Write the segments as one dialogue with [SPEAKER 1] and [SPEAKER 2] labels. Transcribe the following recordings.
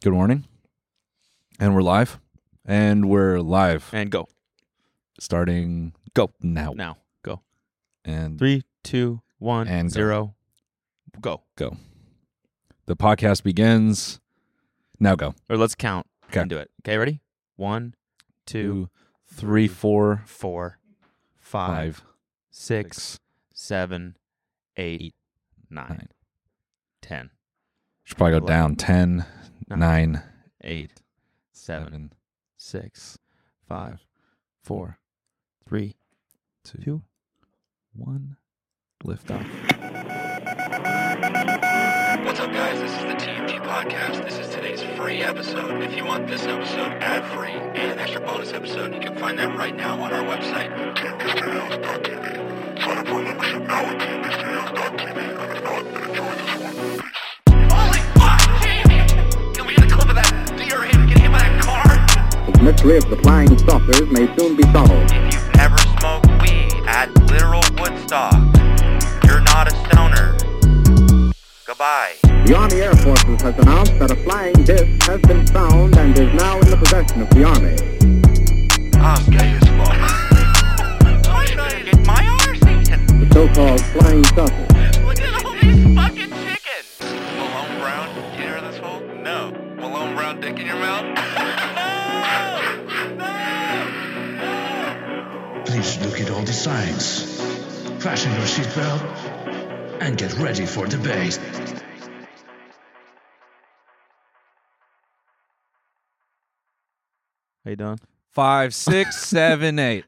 [SPEAKER 1] Good morning. And we're live. And we're live.
[SPEAKER 2] And go
[SPEAKER 1] Starting
[SPEAKER 2] Go.
[SPEAKER 1] now.
[SPEAKER 2] now. Go.
[SPEAKER 1] And
[SPEAKER 2] Three, two, one,
[SPEAKER 1] And go.
[SPEAKER 2] zero. Go.
[SPEAKER 1] go. The podcast begins. Now go.
[SPEAKER 2] Or let's count
[SPEAKER 1] 'Kay.
[SPEAKER 2] and do it. Okay, ready? One, two,
[SPEAKER 1] Two, three, four,
[SPEAKER 2] four,
[SPEAKER 1] five,
[SPEAKER 2] five, six,
[SPEAKER 1] six.
[SPEAKER 2] seven, eight, nine,
[SPEAKER 1] nine.
[SPEAKER 2] ten,
[SPEAKER 1] Should probably go
[SPEAKER 2] Eleven.
[SPEAKER 1] down. Ten,
[SPEAKER 2] Nine.
[SPEAKER 1] nine,
[SPEAKER 2] eight, seven,
[SPEAKER 1] seven,
[SPEAKER 2] six, five,
[SPEAKER 1] four,
[SPEAKER 2] four, three,
[SPEAKER 1] two,
[SPEAKER 2] two.
[SPEAKER 1] one. Lift off.
[SPEAKER 3] What's up, guys? This is the TMG Podcast. This is today's free episode. If you want this episode ad free and an extra bonus episode, you can find that right now on our website. TMGStudios.tv. Sign up for a membership now at TMGStudios.tv. And if not, then enjoy this one. Holy fuck, Jamie! Can we get a clip of that deer him getting hit by that car?
[SPEAKER 4] The mystery of the flying saucers may soon be solved.
[SPEAKER 3] If you've ever smoked weed at literal Woodstock, you're not a stoner. Goodbye.
[SPEAKER 4] The Army Air Forces has announced that a flying disc has been found and is now in the possession of the Army.
[SPEAKER 3] I'm gay as fuck. Wait a minute, my arse eaten.
[SPEAKER 4] The so-called flying saucer.
[SPEAKER 3] Look at all these fucking chickens. Malone Brown, you hear this hole? No. Malone Brown dick in your mouth? no! No!
[SPEAKER 5] Please look at all the signs. Fasten your seatbelt and get ready for debate.
[SPEAKER 2] How you doing?
[SPEAKER 1] Five, six, seven, eight.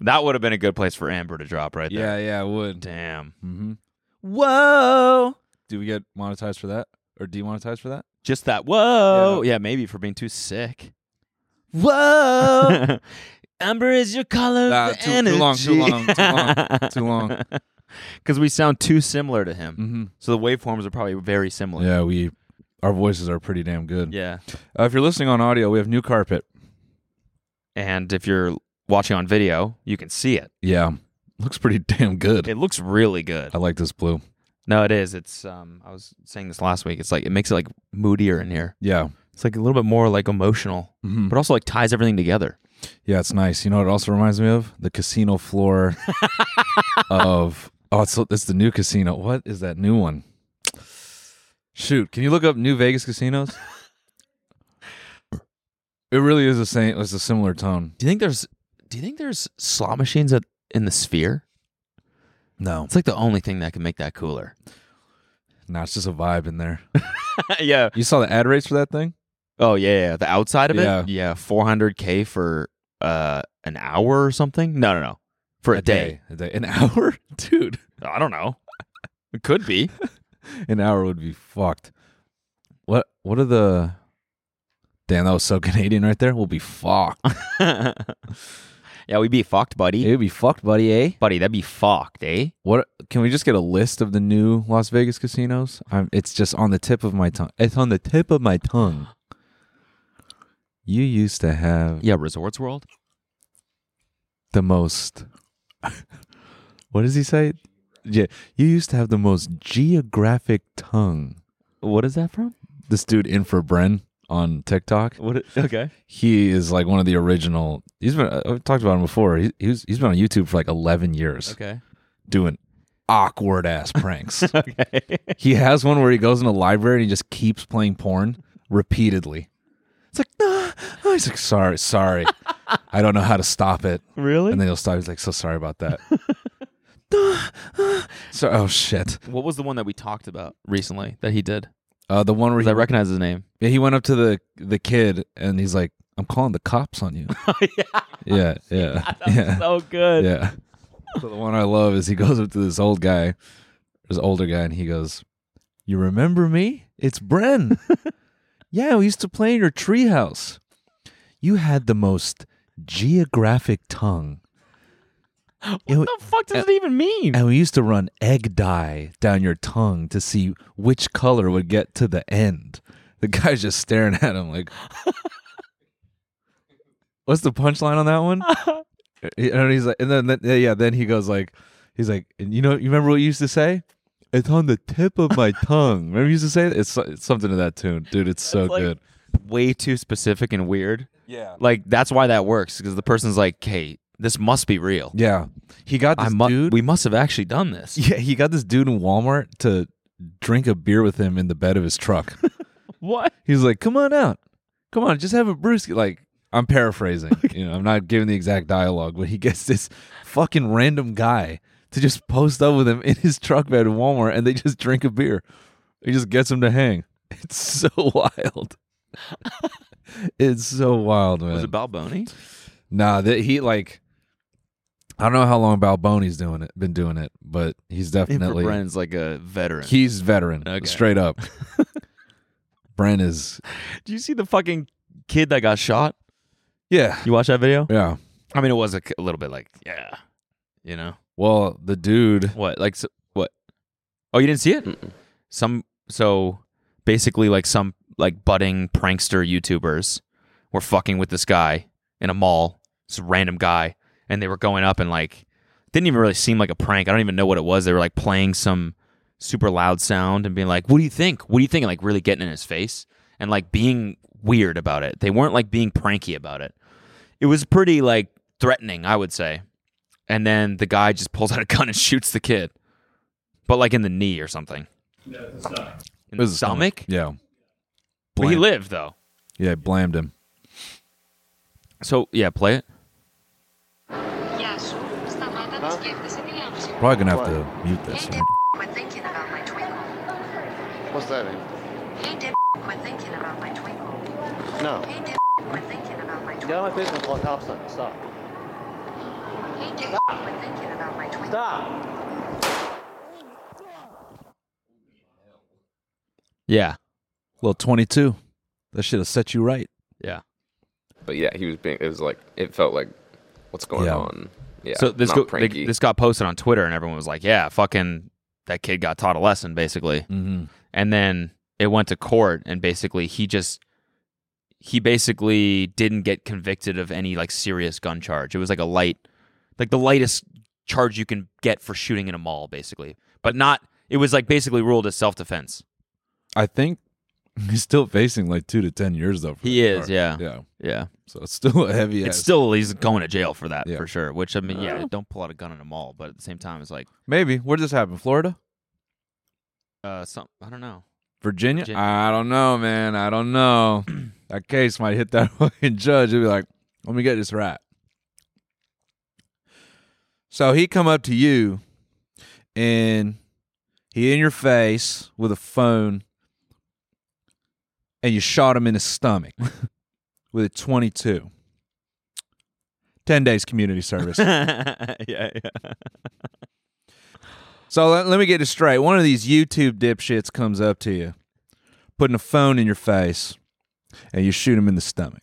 [SPEAKER 2] That would have been a good place for Amber to drop right there.
[SPEAKER 1] yeah, yeah, it would.
[SPEAKER 2] Damn.
[SPEAKER 1] Mm-hmm.
[SPEAKER 2] Whoa.
[SPEAKER 1] Do we get monetized for that? Or demonetized for that?
[SPEAKER 2] Just that. Whoa. Yeah, maybe for being too sick. Whoa. Amber is your color
[SPEAKER 1] Nah,
[SPEAKER 2] of the
[SPEAKER 1] Uh, too, too long, too
[SPEAKER 2] energy.
[SPEAKER 1] long, too long, too long.
[SPEAKER 2] Because we sound too similar to him.
[SPEAKER 1] Mm-hmm.
[SPEAKER 2] So the waveforms are probably very similar.
[SPEAKER 1] Yeah, we our voices are pretty damn good.
[SPEAKER 2] Yeah.
[SPEAKER 1] Uh, if you're listening on audio, we have new carpet.
[SPEAKER 2] And if you're watching on video, you can see it.
[SPEAKER 1] Yeah, looks pretty damn good.
[SPEAKER 2] It looks really good.
[SPEAKER 1] I like this blue.
[SPEAKER 2] No, it is. It's um I was saying this last week. It's like it makes it like moodier in here.
[SPEAKER 1] Yeah,
[SPEAKER 2] It's like a little bit more like emotional,
[SPEAKER 1] Mhm.
[SPEAKER 2] but also like ties everything together.
[SPEAKER 1] yeah, it's nice. You know what it also reminds me of the casino floor of oh, it's it's the new casino. What is that new one? Shoot, can you look up New Vegas casinos? it really is the same. It's a similar tone.
[SPEAKER 2] Do you think there's do you think there's slot machines at, in the sphere?
[SPEAKER 1] No,
[SPEAKER 2] It's like the only thing that can make that cooler.
[SPEAKER 1] no, it's just a vibe in there.
[SPEAKER 2] yeah.
[SPEAKER 1] You saw the ad rates for that thing?
[SPEAKER 2] Oh yeah, yeah. The outside of
[SPEAKER 1] Yeah.
[SPEAKER 2] it? Yeah. Four hundred K for uh an hour or something? No, no, no. For a, day.
[SPEAKER 1] a day, an hour, dude.
[SPEAKER 2] I don't know. It could be.
[SPEAKER 1] an hour would be fucked. What what are the Damn, that was so Canadian right there. We'll be fucked.
[SPEAKER 2] yeah, we'd be fucked, buddy.
[SPEAKER 1] It would be fucked, buddy, eh?
[SPEAKER 2] buddy, that'd be fucked, eh?
[SPEAKER 1] What can we just get a list of the new Las Vegas casinos? I'm, it's just on the tip of my tongue. It's on the tip of my tongue. You used to have
[SPEAKER 2] Yeah, Resorts World.
[SPEAKER 1] the most What does he say? Yeah, you used to have the most geographic tongue.
[SPEAKER 2] What is that from?
[SPEAKER 1] This dude Infra Bren on TikTok.
[SPEAKER 2] What? Okay.
[SPEAKER 1] he is like one of the original. He's been I- I've talked about him before. He, he's he's been on YouTube for like eleven years
[SPEAKER 2] Okay.
[SPEAKER 1] doing awkward ass pranks.
[SPEAKER 2] okay.
[SPEAKER 1] he has one where he goes in a library and he just keeps playing porn repeatedly. It's like nah. Oh, He's like sorry, sorry. I don't know how to stop it.
[SPEAKER 2] really?
[SPEAKER 1] And then he'll stop. He's like so sorry about that. so oh shit.
[SPEAKER 2] what was the one that we talked about recently that he did?
[SPEAKER 1] Uh, the one where
[SPEAKER 2] 'Cause
[SPEAKER 1] he,
[SPEAKER 2] I recognize his name.
[SPEAKER 1] yeah, he went up to the the kid and he's like, I'm calling the cops on you. yeah, yeah, yeah.
[SPEAKER 2] So good.
[SPEAKER 1] Yeah. So the one I love is he goes up to this old guy, this older guy, and he goes, You remember me? It's Bren. yeah, we used to play in your treehouse. You had the most geographic tongue. And we-
[SPEAKER 2] What the fuck does it even mean?
[SPEAKER 1] and we used to run egg dye down your tongue to see which color would get to the end. The guy's just staring at him like, "What's the punchline on that one?" and he's like, and then, then yeah, then he goes like, he's like, and you know, you remember what you used to say? It's on the tip of my tongue. Remember you used to say that? It's, it's something to that tune, dude. It's so
[SPEAKER 2] like-
[SPEAKER 1] good.
[SPEAKER 2] Way too specific and weird. Yeah. Like that's why that works because the person's like, "Hey, this must be real.
[SPEAKER 1] Yeah, he got this
[SPEAKER 2] I mu-
[SPEAKER 1] dude.
[SPEAKER 2] We must have actually done this."
[SPEAKER 1] yeah, he got this dude in Walmart to drink a beer with him in the bed of his truck.
[SPEAKER 2] What?
[SPEAKER 1] He's like, "Come on out, come on, just have a brewski." Like I'm paraphrasing, you know, I'm not giving the exact dialogue, but he gets this fucking random guy to just post up with him in his truck bed at Walmart, and they just drink a beer. He just gets him to hang. It's so wild. it's so wild, man.
[SPEAKER 2] Was it Balboni?
[SPEAKER 1] Nah, that he like. I don't know how long Balboni's doing it, been doing it, but he's definitely
[SPEAKER 2] Brand's like a veteran.
[SPEAKER 1] he's veteran,
[SPEAKER 2] Okay.
[SPEAKER 1] straight up. Brent is,
[SPEAKER 2] Do you see the fucking kid that got shot?
[SPEAKER 1] yeah,
[SPEAKER 2] You watch that video?
[SPEAKER 1] yeah.
[SPEAKER 2] I mean, it was a, k- a little bit like, yeah, you know
[SPEAKER 1] Well, the dude,
[SPEAKER 2] what? Like so, what? Oh, you didn't see it? Some so basically like some like budding prankster YouTubers were fucking with this guy in a mall, this random guy, and they were going up and like didn't even really seem like a prank. I don't even know what it was. They were like playing some super loud sound and being like, "What do you think? What do you think?" And like really getting in his face and like being weird about it. They weren't like being pranky about it. It was pretty like threatening, I would say and then the guy just pulls out a gun and shoots the kid, but like in the knee or something. In
[SPEAKER 1] It
[SPEAKER 2] the
[SPEAKER 1] was his
[SPEAKER 2] stomach.
[SPEAKER 1] Yeah,
[SPEAKER 2] But he
[SPEAKER 1] Blam-
[SPEAKER 2] lived though.
[SPEAKER 1] yeah, blamed him.
[SPEAKER 2] So yeah, play it.
[SPEAKER 6] Γεια σου. Σταμάτα να σκέφτεσαι τι άμψη.
[SPEAKER 1] Probably gonna have to mute this.
[SPEAKER 6] Ain't
[SPEAKER 1] Right?
[SPEAKER 6] it quit thinking about my twinkle.
[SPEAKER 7] What's that in?
[SPEAKER 6] Ain't it quit thinking about my twinkle.
[SPEAKER 7] No.
[SPEAKER 6] Ain't it quit thinking about my
[SPEAKER 7] Get out
[SPEAKER 6] twinkle.
[SPEAKER 7] of my business, Paul Thompson. Stop.
[SPEAKER 6] Ain't it quit thinking about my twinkle.
[SPEAKER 7] Stop.
[SPEAKER 2] Yeah,
[SPEAKER 1] Little twenty-two. That should have set you right.
[SPEAKER 2] yeah.
[SPEAKER 8] But yeah, he was being. It was like it felt like, what's going
[SPEAKER 1] Yeah.
[SPEAKER 8] on? Yeah.
[SPEAKER 2] so this go,
[SPEAKER 8] not
[SPEAKER 2] they-
[SPEAKER 8] pranky.
[SPEAKER 2] this got posted on Twitter, and everyone was like, "Yeah, fucking that kid got taught a lesson, basically."
[SPEAKER 1] Mm-hmm.
[SPEAKER 2] and then it went to court and basically he just he basically didn't get convicted of any like serious gun charge it was like a light like the lightest charge you can get for shooting in a mall basically but not it was like basically ruled as self-defense
[SPEAKER 1] I think he's still facing like two to ten years though. for
[SPEAKER 2] He
[SPEAKER 1] that
[SPEAKER 2] is,
[SPEAKER 1] part.
[SPEAKER 2] yeah.
[SPEAKER 1] yeah.
[SPEAKER 2] yeah
[SPEAKER 1] So it's still a heavy.
[SPEAKER 2] it's
[SPEAKER 1] ass-
[SPEAKER 2] still he's going to jail for that
[SPEAKER 1] Yeah.
[SPEAKER 2] for sure which i mean
[SPEAKER 8] Uh.
[SPEAKER 2] yeah don't pull out a gun in a mall but at the same time it's like
[SPEAKER 1] maybe. Where'd this happen? Florida,
[SPEAKER 2] uh some i don't know
[SPEAKER 1] Virginia?
[SPEAKER 2] Virginia.
[SPEAKER 1] I don't know, man. I don't know. that case might hit that fucking judge. He'll be like, "Let me get this right." So he come up to you, and he in your face with a phone, and you shot him in his stomach with a twenty-two. Ten days community service.
[SPEAKER 2] yeah yeah
[SPEAKER 1] So let, let me get this straight. One of these YouTube dipshits comes up to you, putting a phone in your face, and you shoot him in the stomach.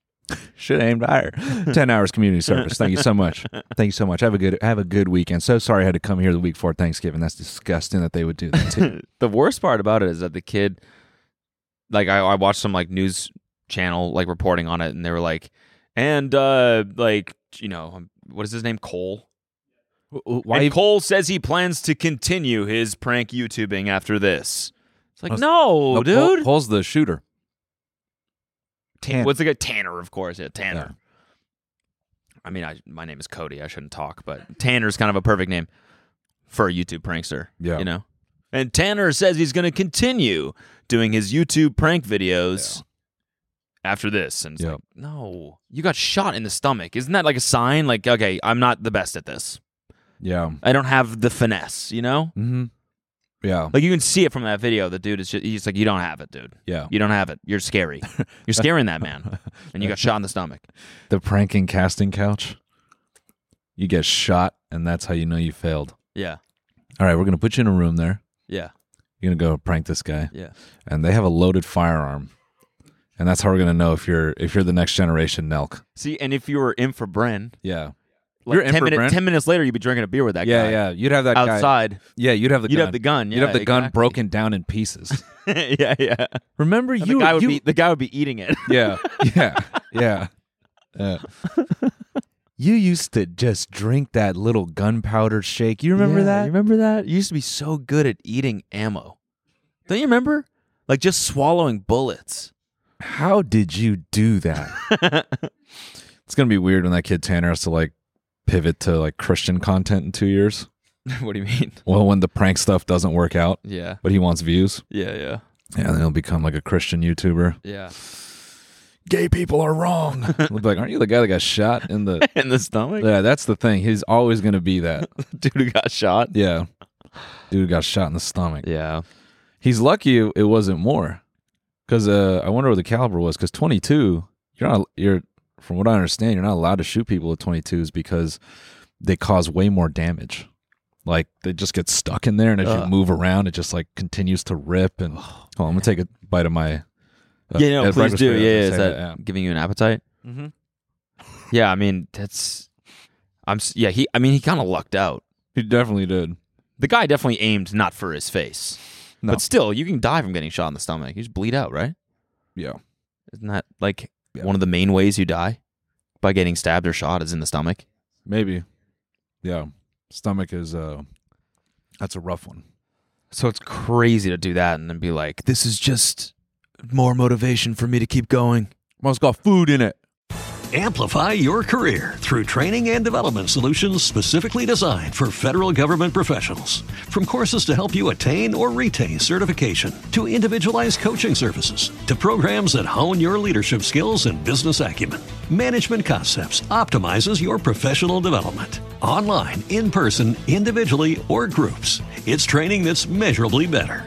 [SPEAKER 1] Should have aimed higher. Ten hours community service. Thank you so much. Thank you so much. Have a good have a good weekend. So sorry I had to come here the week before Thanksgiving. That's disgusting that they would do that too.
[SPEAKER 2] the worst part about it is that the kid like I, I watched some like news channel like reporting on it and they were like and uh like you know um, what is his name cole
[SPEAKER 1] Why?
[SPEAKER 2] and cole says he plans to continue his prank youtubing after this it's like
[SPEAKER 1] Oh, s-
[SPEAKER 2] no, dude
[SPEAKER 1] Paul's the shooter.
[SPEAKER 2] Tan- what's the guy tanner of course yeah tanner i mean I, my name is cody i shouldn't talk but tanner's kind of a perfect name for a youtube prankster
[SPEAKER 1] Yeah.
[SPEAKER 2] you know and tanner says he's going to continue doing his youtube prank videos after this and it's
[SPEAKER 1] Yeah.
[SPEAKER 2] like no you got shot in the stomach isn't that like a sign like okay i'm not the best at this
[SPEAKER 1] Yeah.
[SPEAKER 2] i don't have the finesse you know
[SPEAKER 1] Mm-hmm. Yeah.
[SPEAKER 2] like you can see it from that video the dude is just he's like you don't have it dude
[SPEAKER 1] Yeah.
[SPEAKER 2] you don't have it you're scary you're scaring that man and you got shot in the stomach
[SPEAKER 1] The pranking casting couch. You get shot, and that's how you know you failed.
[SPEAKER 2] yeah
[SPEAKER 1] All right, we're gonna put you in a room there.
[SPEAKER 2] yeah
[SPEAKER 1] You're gonna go prank this guy.
[SPEAKER 2] Yeah.
[SPEAKER 1] And they have a loaded firearm. And that's how we're gonna know if you're if you're the next generation Nelk.
[SPEAKER 2] See, and if you were in for Bren,
[SPEAKER 1] Yeah.
[SPEAKER 2] like
[SPEAKER 1] You're in
[SPEAKER 2] 10,
[SPEAKER 1] for
[SPEAKER 2] minute-
[SPEAKER 1] Bren?
[SPEAKER 2] 10 minutes later, you'd be drinking a beer with that
[SPEAKER 1] Yeah,
[SPEAKER 2] guy.
[SPEAKER 1] yeah. You'd have that guy-
[SPEAKER 2] Outside.
[SPEAKER 1] Yeah, you'd have the
[SPEAKER 2] You'd
[SPEAKER 1] gun.
[SPEAKER 2] have the gun,
[SPEAKER 1] you'd have
[SPEAKER 2] yeah,
[SPEAKER 1] the gun
[SPEAKER 2] exactly.
[SPEAKER 1] broken down in pieces.
[SPEAKER 2] yeah, yeah.
[SPEAKER 1] Remember
[SPEAKER 2] And
[SPEAKER 1] you
[SPEAKER 2] the guy would
[SPEAKER 1] you-
[SPEAKER 2] be the guy would be eating it.
[SPEAKER 1] Yeah. Yeah. Yeah. Yeah. you used to just drink that little gunpowder shake. You remember
[SPEAKER 2] Yeah,
[SPEAKER 1] that?
[SPEAKER 2] You remember that? You used to be so good at eating ammo. Don't you remember? Like just swallowing bullets.
[SPEAKER 1] How did you do that? it's gonna be weird when that kid Tanner has to like pivot to like Christian content in two years.
[SPEAKER 2] what do you mean?
[SPEAKER 1] Well, when the prank stuff doesn't work out,
[SPEAKER 2] Yeah.
[SPEAKER 1] but he wants views,
[SPEAKER 2] Yeah, yeah.
[SPEAKER 1] yeah, then he'll become like a Christian YouTuber.
[SPEAKER 2] Yeah.
[SPEAKER 1] Gay people are wrong. We'll be like, aren't you the guy that got shot in the?
[SPEAKER 2] In the stomach?
[SPEAKER 1] Yeah, that's the thing. He's always gonna be that.
[SPEAKER 2] Dude who got shot.
[SPEAKER 1] Yeah, dude got shot in the stomach.
[SPEAKER 2] Yeah.
[SPEAKER 1] He's lucky it wasn't more, because uh, I wonder what the caliber was. Because twenty two, you're not you're from what I understand, you're not allowed to shoot people with twenty twos because they cause way more damage. Like they just get stuck in there, and as you
[SPEAKER 2] Ugh.
[SPEAKER 1] move around, it just like continues to rip. And oh, I'm gonna take a bite of my. uh,
[SPEAKER 2] yeah, no,
[SPEAKER 1] Ed
[SPEAKER 2] please
[SPEAKER 1] Breakfast
[SPEAKER 2] do.
[SPEAKER 1] food.
[SPEAKER 2] Yeah,
[SPEAKER 1] I
[SPEAKER 2] yeah.
[SPEAKER 1] was
[SPEAKER 2] Is
[SPEAKER 1] gonna
[SPEAKER 2] that
[SPEAKER 1] say
[SPEAKER 2] giving you an appetite? Mm-hmm. yeah, I mean that's. I'm. s- Yeah, he. I mean, he kind of lucked out.
[SPEAKER 1] He definitely did.
[SPEAKER 2] The guy definitely aimed not for his face,
[SPEAKER 1] No.
[SPEAKER 2] but still, you can die from getting shot in the stomach. You just bleed out, right?
[SPEAKER 1] Yeah,
[SPEAKER 2] Isn't that like
[SPEAKER 1] Yeah.
[SPEAKER 2] one of the main ways you die by getting stabbed or shot is in the stomach?
[SPEAKER 1] maybe. Yeah, stomach is uh, that's a rough one.
[SPEAKER 2] So it's crazy to do that and then be like, "This is just more motivation for me to keep going."
[SPEAKER 1] Must got food in it.
[SPEAKER 9] Amplify your career through training and development solutions specifically designed for federal government professionals. From courses to help you attain or retain certification, to individualized coaching services, to programs that hone your leadership skills and business acumen, Management Concepts optimizes your professional development. Online, in person, individually, or groups, it's training that's measurably better.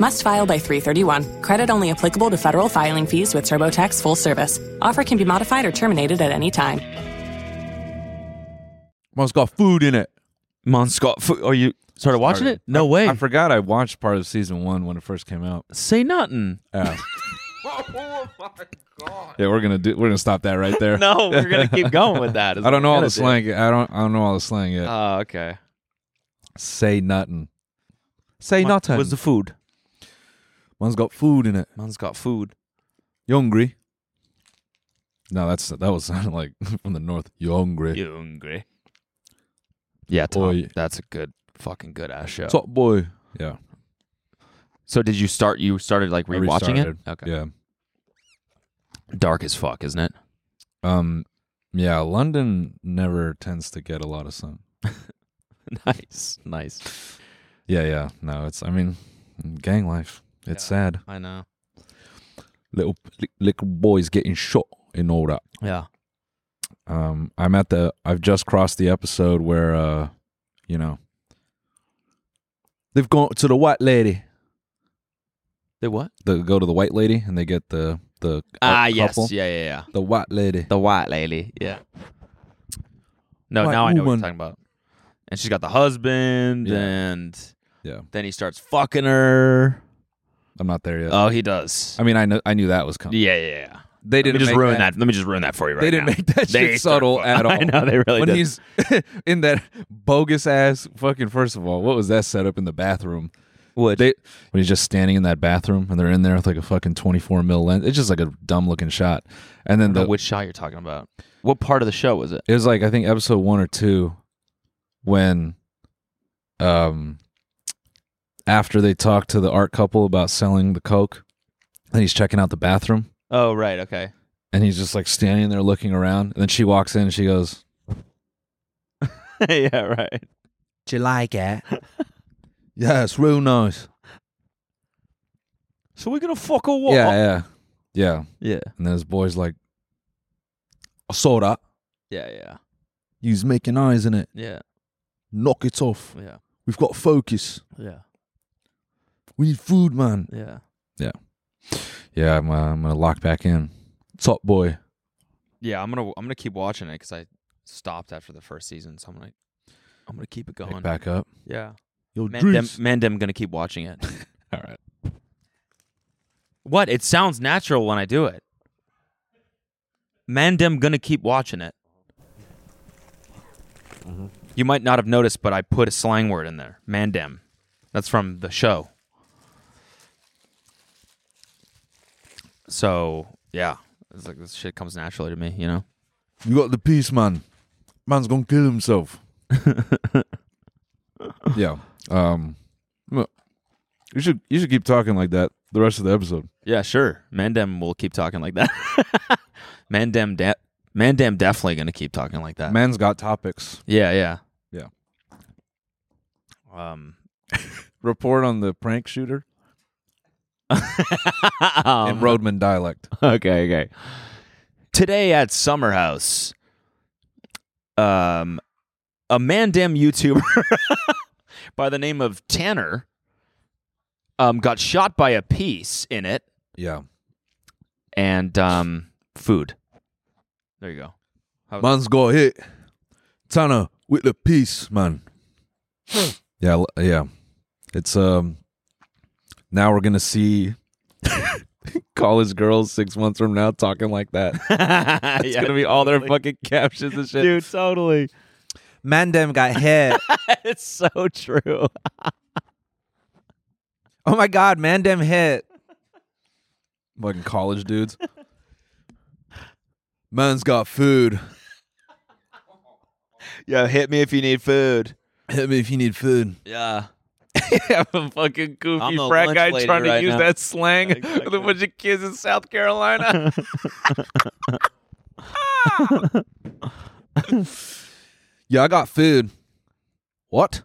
[SPEAKER 10] Must file by 331. Credit only applicable to federal filing fees with TurboTax full service. Offer can be modified or terminated at any time.
[SPEAKER 1] Must got food in it.
[SPEAKER 2] Mon Scott, f- are you started watching
[SPEAKER 1] Started.
[SPEAKER 2] it? No way.
[SPEAKER 1] I forgot I watched part of season one when it first came out.
[SPEAKER 2] Say nothing.
[SPEAKER 1] Yeah. Yeah, we're gonna do. We're gonna stop that right there.
[SPEAKER 2] No, we're gonna keep going with that. is
[SPEAKER 1] I
[SPEAKER 2] what
[SPEAKER 1] don't know
[SPEAKER 2] we're
[SPEAKER 1] all
[SPEAKER 2] gonna
[SPEAKER 1] the
[SPEAKER 2] do.
[SPEAKER 1] slang. I don't. I don't know all the slang yet.
[SPEAKER 2] Oh, okay.
[SPEAKER 1] Say nothing. Say nothing.
[SPEAKER 2] Where's the food?
[SPEAKER 1] One's got food in it.
[SPEAKER 2] Man's got food.
[SPEAKER 1] You hungry? No, that's that was sounding like from the north. You hungry?
[SPEAKER 2] You hungry? Yeah, Tom,
[SPEAKER 1] Oi.
[SPEAKER 2] that's a good fucking good ass show. So,
[SPEAKER 1] Top boy. Yeah.
[SPEAKER 2] did you start? You started like
[SPEAKER 1] I
[SPEAKER 2] rewatching it?
[SPEAKER 1] restarted. Yeah.
[SPEAKER 2] Dark as fuck, isn't it?
[SPEAKER 1] Um. Yeah. London never tends to get a lot of sun.
[SPEAKER 2] nice, nice.
[SPEAKER 1] Yeah. Yeah. No. It's. I mean, gang life. It's sad.
[SPEAKER 2] I know.
[SPEAKER 1] little little boys getting shot and all that.
[SPEAKER 2] Yeah.
[SPEAKER 1] Um, I'm at the. I've just crossed the episode where, uh, you know, they've gone to the white lady.
[SPEAKER 2] The what?
[SPEAKER 1] They go to the white lady and they get the the
[SPEAKER 2] Ah,
[SPEAKER 1] cou-
[SPEAKER 2] yes,
[SPEAKER 1] couple.
[SPEAKER 2] yeah, yeah, yeah.
[SPEAKER 1] the white lady.
[SPEAKER 2] The white lady. Yeah. No,
[SPEAKER 1] White
[SPEAKER 2] now I know what
[SPEAKER 1] woman.
[SPEAKER 2] you're talking about. And she's got the husband,
[SPEAKER 1] Yeah.
[SPEAKER 2] and
[SPEAKER 1] yeah,
[SPEAKER 2] then he starts fucking her.
[SPEAKER 1] I'm not there yet.
[SPEAKER 2] Oh, he does.
[SPEAKER 1] I mean, I know I knew that was coming.
[SPEAKER 2] Yeah, yeah, yeah.
[SPEAKER 1] They
[SPEAKER 2] Let me
[SPEAKER 1] didn't
[SPEAKER 2] just
[SPEAKER 1] make
[SPEAKER 2] ruin that. Let me just ruin that for you right
[SPEAKER 1] They didn't
[SPEAKER 2] now.
[SPEAKER 1] make that
[SPEAKER 2] They
[SPEAKER 1] shit subtle
[SPEAKER 2] start-
[SPEAKER 1] at all.
[SPEAKER 2] I know they really
[SPEAKER 1] when
[SPEAKER 2] did.
[SPEAKER 1] he's in that bogus ass fucking. First of all, what was that set up in the bathroom?
[SPEAKER 2] Would
[SPEAKER 1] They when he's just standing in that bathroom and they're in there with like a fucking 24 mil lens. It's just like a dumb looking shot. And then the
[SPEAKER 2] which shot you're talking about? What part of the show was it?
[SPEAKER 1] it was like I think episode one or two when um after they talk to the art couple about selling the coke and he's checking out the bathroom
[SPEAKER 2] Oh, right. Okay.
[SPEAKER 1] and he's just like standing there looking around and then she walks in and she goes
[SPEAKER 2] yeah. Right.
[SPEAKER 1] do you like it yeah it's real nice
[SPEAKER 2] So we're gonna fuck a Oh. what?
[SPEAKER 1] yeah yeah Yeah.
[SPEAKER 2] Yeah.
[SPEAKER 1] And then his boy's like, "A soda.
[SPEAKER 2] Yeah, yeah.
[SPEAKER 1] He's making eyes in it.
[SPEAKER 2] Yeah.
[SPEAKER 1] Knock it off.
[SPEAKER 2] Yeah.
[SPEAKER 1] We've got focus.
[SPEAKER 2] Yeah.
[SPEAKER 1] We need food, man.
[SPEAKER 2] Yeah.
[SPEAKER 1] Yeah, I'm, uh, I'm gonna lock back in. Top boy.
[SPEAKER 2] Yeah, I'm going to I'm going to keep watching it cuz I stopped after the first season, so I'm going to I'm going to keep it
[SPEAKER 1] Pick
[SPEAKER 2] going.
[SPEAKER 1] back up.
[SPEAKER 2] Yeah.
[SPEAKER 1] Yo,
[SPEAKER 2] Mandem,
[SPEAKER 1] Drews.
[SPEAKER 2] Mandem going to keep watching it.
[SPEAKER 1] All right.
[SPEAKER 2] What? It sounds natural when I do it. Mandem gonna keep watching it. You might not have noticed, but I put a slang word in there. Mandem. That's from the show. So yeah, it's like this shit comes naturally to me, you know.
[SPEAKER 1] You got the piece, man. Man's gonna kill himself. yeah. Um. look, You should you should keep talking like that the rest of the episode.
[SPEAKER 2] Yeah, sure. Mandem will keep talking like that. Mandem, de- Mandem definitely gonna keep talking like that.
[SPEAKER 1] Man's got topics.
[SPEAKER 2] yeah, yeah,
[SPEAKER 1] Yeah.
[SPEAKER 2] Um,
[SPEAKER 1] Report on the prank shooter in
[SPEAKER 2] um,
[SPEAKER 1] Roadman dialect.
[SPEAKER 2] okay, okay. Today at Summer House, um, a Mandem YouTuber by the name of Tanner um, got shot by a piece in it
[SPEAKER 1] Yeah.
[SPEAKER 2] and um, food. There you go.
[SPEAKER 1] Man's got hit. Tanner with the piece, man. yeah, l- yeah. It's um. Now we're gonna see college girls six months from now talking like that.
[SPEAKER 2] it's
[SPEAKER 1] It's gonna be all their fucking captions and shit.
[SPEAKER 2] dude. Totally,
[SPEAKER 1] Mandem got hit.
[SPEAKER 2] it's so true.
[SPEAKER 1] oh my god, Mandem hit. Fucking college dudes. Man's got food.
[SPEAKER 2] Yeah, hit me if you need food.
[SPEAKER 1] Hit me if you need food.
[SPEAKER 2] Yeah,
[SPEAKER 1] I'm a fucking goofy
[SPEAKER 2] I'm the
[SPEAKER 1] frat
[SPEAKER 2] lunch
[SPEAKER 1] guy
[SPEAKER 2] lady
[SPEAKER 1] trying to
[SPEAKER 2] right
[SPEAKER 1] use
[SPEAKER 2] now.
[SPEAKER 1] that slang with
[SPEAKER 2] exactly.
[SPEAKER 1] a bunch of kids in South Carolina. yeah, I got food. What?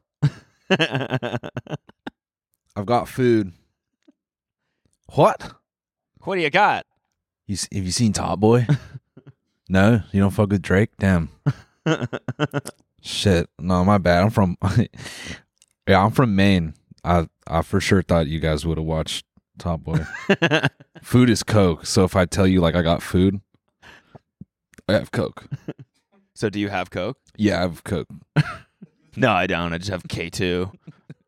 [SPEAKER 1] I've got food. What?
[SPEAKER 2] what do you got?
[SPEAKER 1] You, s- have you seen Top Boy? no, you don't fuck with Drake. Damn. Shit. No, my bad. I'm from. yeah, I'm from Maine. I I for sure thought you guys would have watched Top Boy. food is Coke. So if I tell you like I got food, I have Coke.
[SPEAKER 2] So, do you have Coke?
[SPEAKER 1] Yeah, I have Coke.
[SPEAKER 2] No, I don't. I just have K2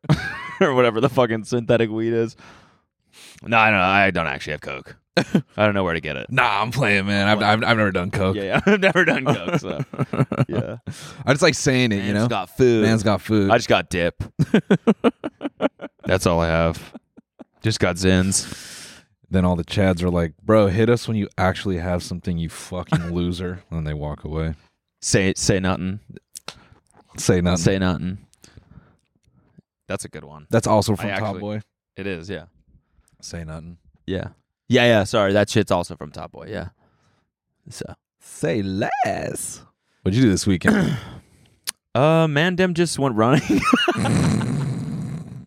[SPEAKER 2] or whatever the fucking synthetic weed is. No, I don't. I don't actually have Coke. I don't know where to get it.
[SPEAKER 1] Nah, I'm playing, man. I've I've, I've never done Coke.
[SPEAKER 2] Yeah, yeah. I've never done Coke. So. yeah,
[SPEAKER 1] I just like saying it. you know,
[SPEAKER 2] got food.
[SPEAKER 1] man's got food.
[SPEAKER 2] I just got dip. That's all I have. Just got Zins.
[SPEAKER 1] then all the chads are like, "Bro, hit us when you actually have something, you fucking loser." and they walk away.
[SPEAKER 2] Say say nothing.
[SPEAKER 1] Say nothing.
[SPEAKER 2] Say nothing. Um, That's a good one.
[SPEAKER 1] That's also from
[SPEAKER 2] I
[SPEAKER 1] Top
[SPEAKER 2] actually-
[SPEAKER 1] Boy.
[SPEAKER 2] It is. Yeah.
[SPEAKER 1] Say nothing.
[SPEAKER 2] Yeah. Yeah. Yeah. Sorry, that shit's also from Top Boy. Yeah. So.
[SPEAKER 1] Say less. What'd you do this weekend?
[SPEAKER 2] Uh, Mandem just went running.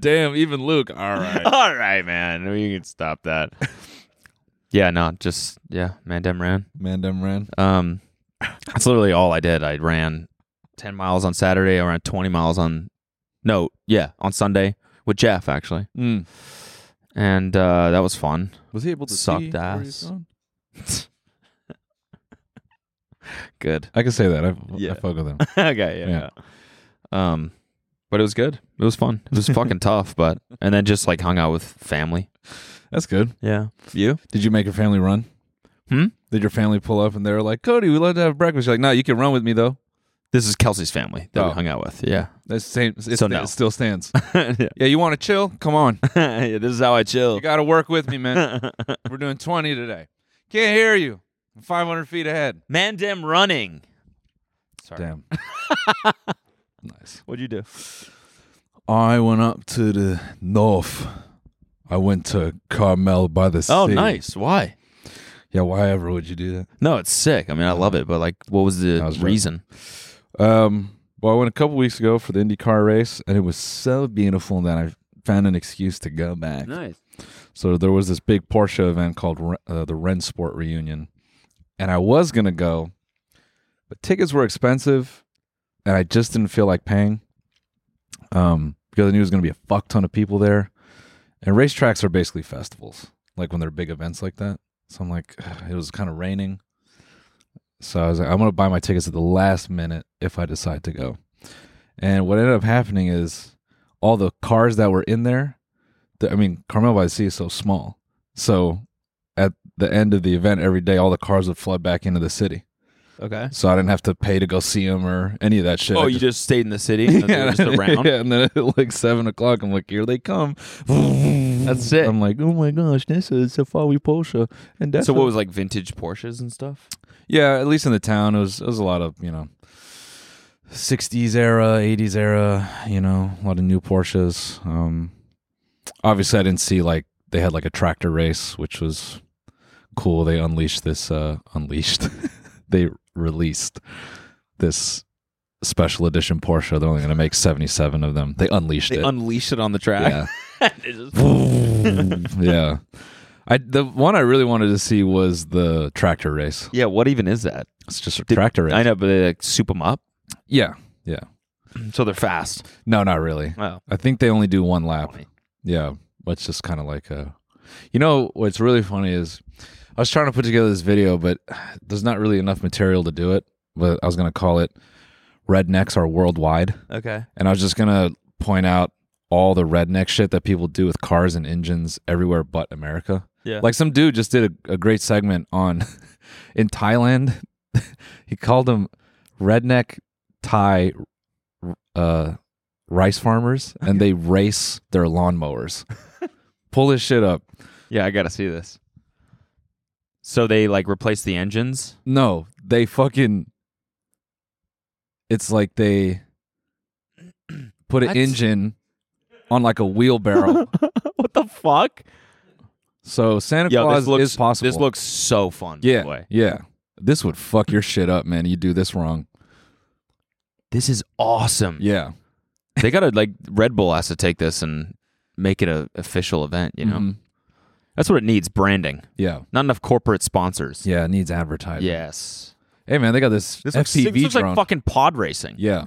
[SPEAKER 1] Damn, even Luke. All right.
[SPEAKER 2] All right, man. We can stop that. yeah, no, just yeah, Mandem ran.
[SPEAKER 1] Mandem ran.
[SPEAKER 2] Um, that's literally all I did. I ran ten miles on Saturday, around twenty miles on, no, yeah, on Sunday with Jeff actually, and uh, that was fun.
[SPEAKER 1] Was he able to
[SPEAKER 2] Sucked
[SPEAKER 1] see where he was
[SPEAKER 2] ass.
[SPEAKER 1] going?
[SPEAKER 2] Good.
[SPEAKER 1] I can say that. I,
[SPEAKER 2] Yeah.
[SPEAKER 1] I fuck with him.
[SPEAKER 2] okay. Yeah, yeah. Um, but it was good. It was fun. It was fucking tough, but and then just like hung out with family.
[SPEAKER 1] That's good.
[SPEAKER 2] Yeah. You?
[SPEAKER 1] Did you make your family run?
[SPEAKER 2] Hmm?
[SPEAKER 1] Did your family pull up and they were like, Cody, we love to have breakfast? You're like, no, you can run with me though.
[SPEAKER 2] This is Kelsey's family that
[SPEAKER 1] Oh.
[SPEAKER 2] we hung out with. Yeah.
[SPEAKER 1] That's the same. It's,
[SPEAKER 2] So no.
[SPEAKER 1] It still stands.
[SPEAKER 2] yeah.
[SPEAKER 1] yeah, you want to chill? Come on.
[SPEAKER 2] yeah, this is how I chill.
[SPEAKER 1] You got to work with me, man. We're doing 20 today. Can't hear you. I'm 500 feet ahead.
[SPEAKER 2] Mandem running. Sorry.
[SPEAKER 1] Damn. nice.
[SPEAKER 2] What'd you do?
[SPEAKER 1] I went up to the north. I went to Carmel by the sea.
[SPEAKER 2] Oh, nice. Why?
[SPEAKER 1] Yeah, why ever would you do
[SPEAKER 2] No, it's sick. I mean, I love it, but like, what was the
[SPEAKER 1] I was right.
[SPEAKER 2] reason?
[SPEAKER 1] that? Um, well, I went a couple weeks ago for the IndyCar race, and it was so beautiful that I found an excuse to go back.
[SPEAKER 11] Nice.
[SPEAKER 1] So there was this big Porsche event called Re- uh, the Ren Sport Reunion, and I was gonna go, but tickets were expensive, and I just didn't feel like paying, um, because I knew there was gonna be a fuck ton of people there, and racetracks are basically festivals, like when they're big events like that. So I'm like, it was kind of raining, so I was like, I'm gonna buy my tickets at the last minute if I decide to go. And what ended up happening is all the cars that were in there, the, I mean, Carmel by the Sea is so small. So at the end of the event every day, all the cars would flood back into the city.
[SPEAKER 2] Okay.
[SPEAKER 1] So I didn't have to pay to go see them or any of that shit.
[SPEAKER 2] Oh,
[SPEAKER 1] I
[SPEAKER 2] you just stayed in the city and
[SPEAKER 1] yeah,
[SPEAKER 2] then just around?
[SPEAKER 1] yeah, and then at like seven o'clock, I'm like, here they come. That's it. I'm like, oh my gosh, this is a Fawi Porsche, and that's
[SPEAKER 2] so
[SPEAKER 1] a-
[SPEAKER 2] what was like vintage Porsches and stuff?
[SPEAKER 1] yeah, at least in the town, it was it was a lot of you know, '60s era, '80s era. You know, a lot of new Porsches. Um, obviously, I didn't see like they had like a tractor race, which was cool. They unleashed this. Uh, unleashed. they released this special edition Porsche. They're only going to make 77 of them. They unleashed
[SPEAKER 2] They
[SPEAKER 1] it.
[SPEAKER 2] unleashed it on the track.
[SPEAKER 1] Yeah
[SPEAKER 2] They just-
[SPEAKER 1] yeah. I the one I really wanted to see was the tractor race.
[SPEAKER 2] Yeah, what even is that?
[SPEAKER 1] It's just a tractor race.
[SPEAKER 2] I know, but they like soup them up.
[SPEAKER 1] Yeah, yeah.
[SPEAKER 2] So they're fast.
[SPEAKER 1] No, not really.
[SPEAKER 2] Oh.
[SPEAKER 1] I think they only do one lap. Yeah, it's just kind of like a. You know what's really funny is, I was trying to put together this video, but there's not really enough material to do it. But I was gonna call it "Rednecks Are Worldwide."
[SPEAKER 2] Okay.
[SPEAKER 1] And I was just gonna point out all the redneck shit that people do with cars and engines everywhere but America.
[SPEAKER 2] Yeah.
[SPEAKER 1] Like some dude just did a, a great segment on in Thailand. he called them redneck Thai uh, rice farmers, and they race their lawnmowers. Pull this shit up.
[SPEAKER 2] Yeah, I gotta see this. So they like replace the engines.
[SPEAKER 1] No, they fucking. It's like they put an
[SPEAKER 2] What?
[SPEAKER 1] engine on like a wheelbarrow.
[SPEAKER 2] What the fuck?
[SPEAKER 1] so Santa
[SPEAKER 2] Yo,
[SPEAKER 1] Claus
[SPEAKER 2] this looks
[SPEAKER 1] is possible.
[SPEAKER 2] This looks so fun. by
[SPEAKER 1] yeah,
[SPEAKER 2] the way.
[SPEAKER 1] yeah. This would fuck your shit up, man. You do this wrong.
[SPEAKER 2] This is awesome.
[SPEAKER 1] Yeah.
[SPEAKER 2] they gotta like Red Bull has to take this and make it a official event. You know,
[SPEAKER 1] Mhm.
[SPEAKER 2] that's what it needs: branding.
[SPEAKER 1] Yeah.
[SPEAKER 2] Not enough corporate sponsors.
[SPEAKER 1] Yeah. It needs advertising.
[SPEAKER 2] Yes.
[SPEAKER 1] Hey man, they got this,
[SPEAKER 2] This looks,
[SPEAKER 1] FPV
[SPEAKER 2] this looks
[SPEAKER 1] drone.
[SPEAKER 2] like fucking pod racing.
[SPEAKER 1] yeah.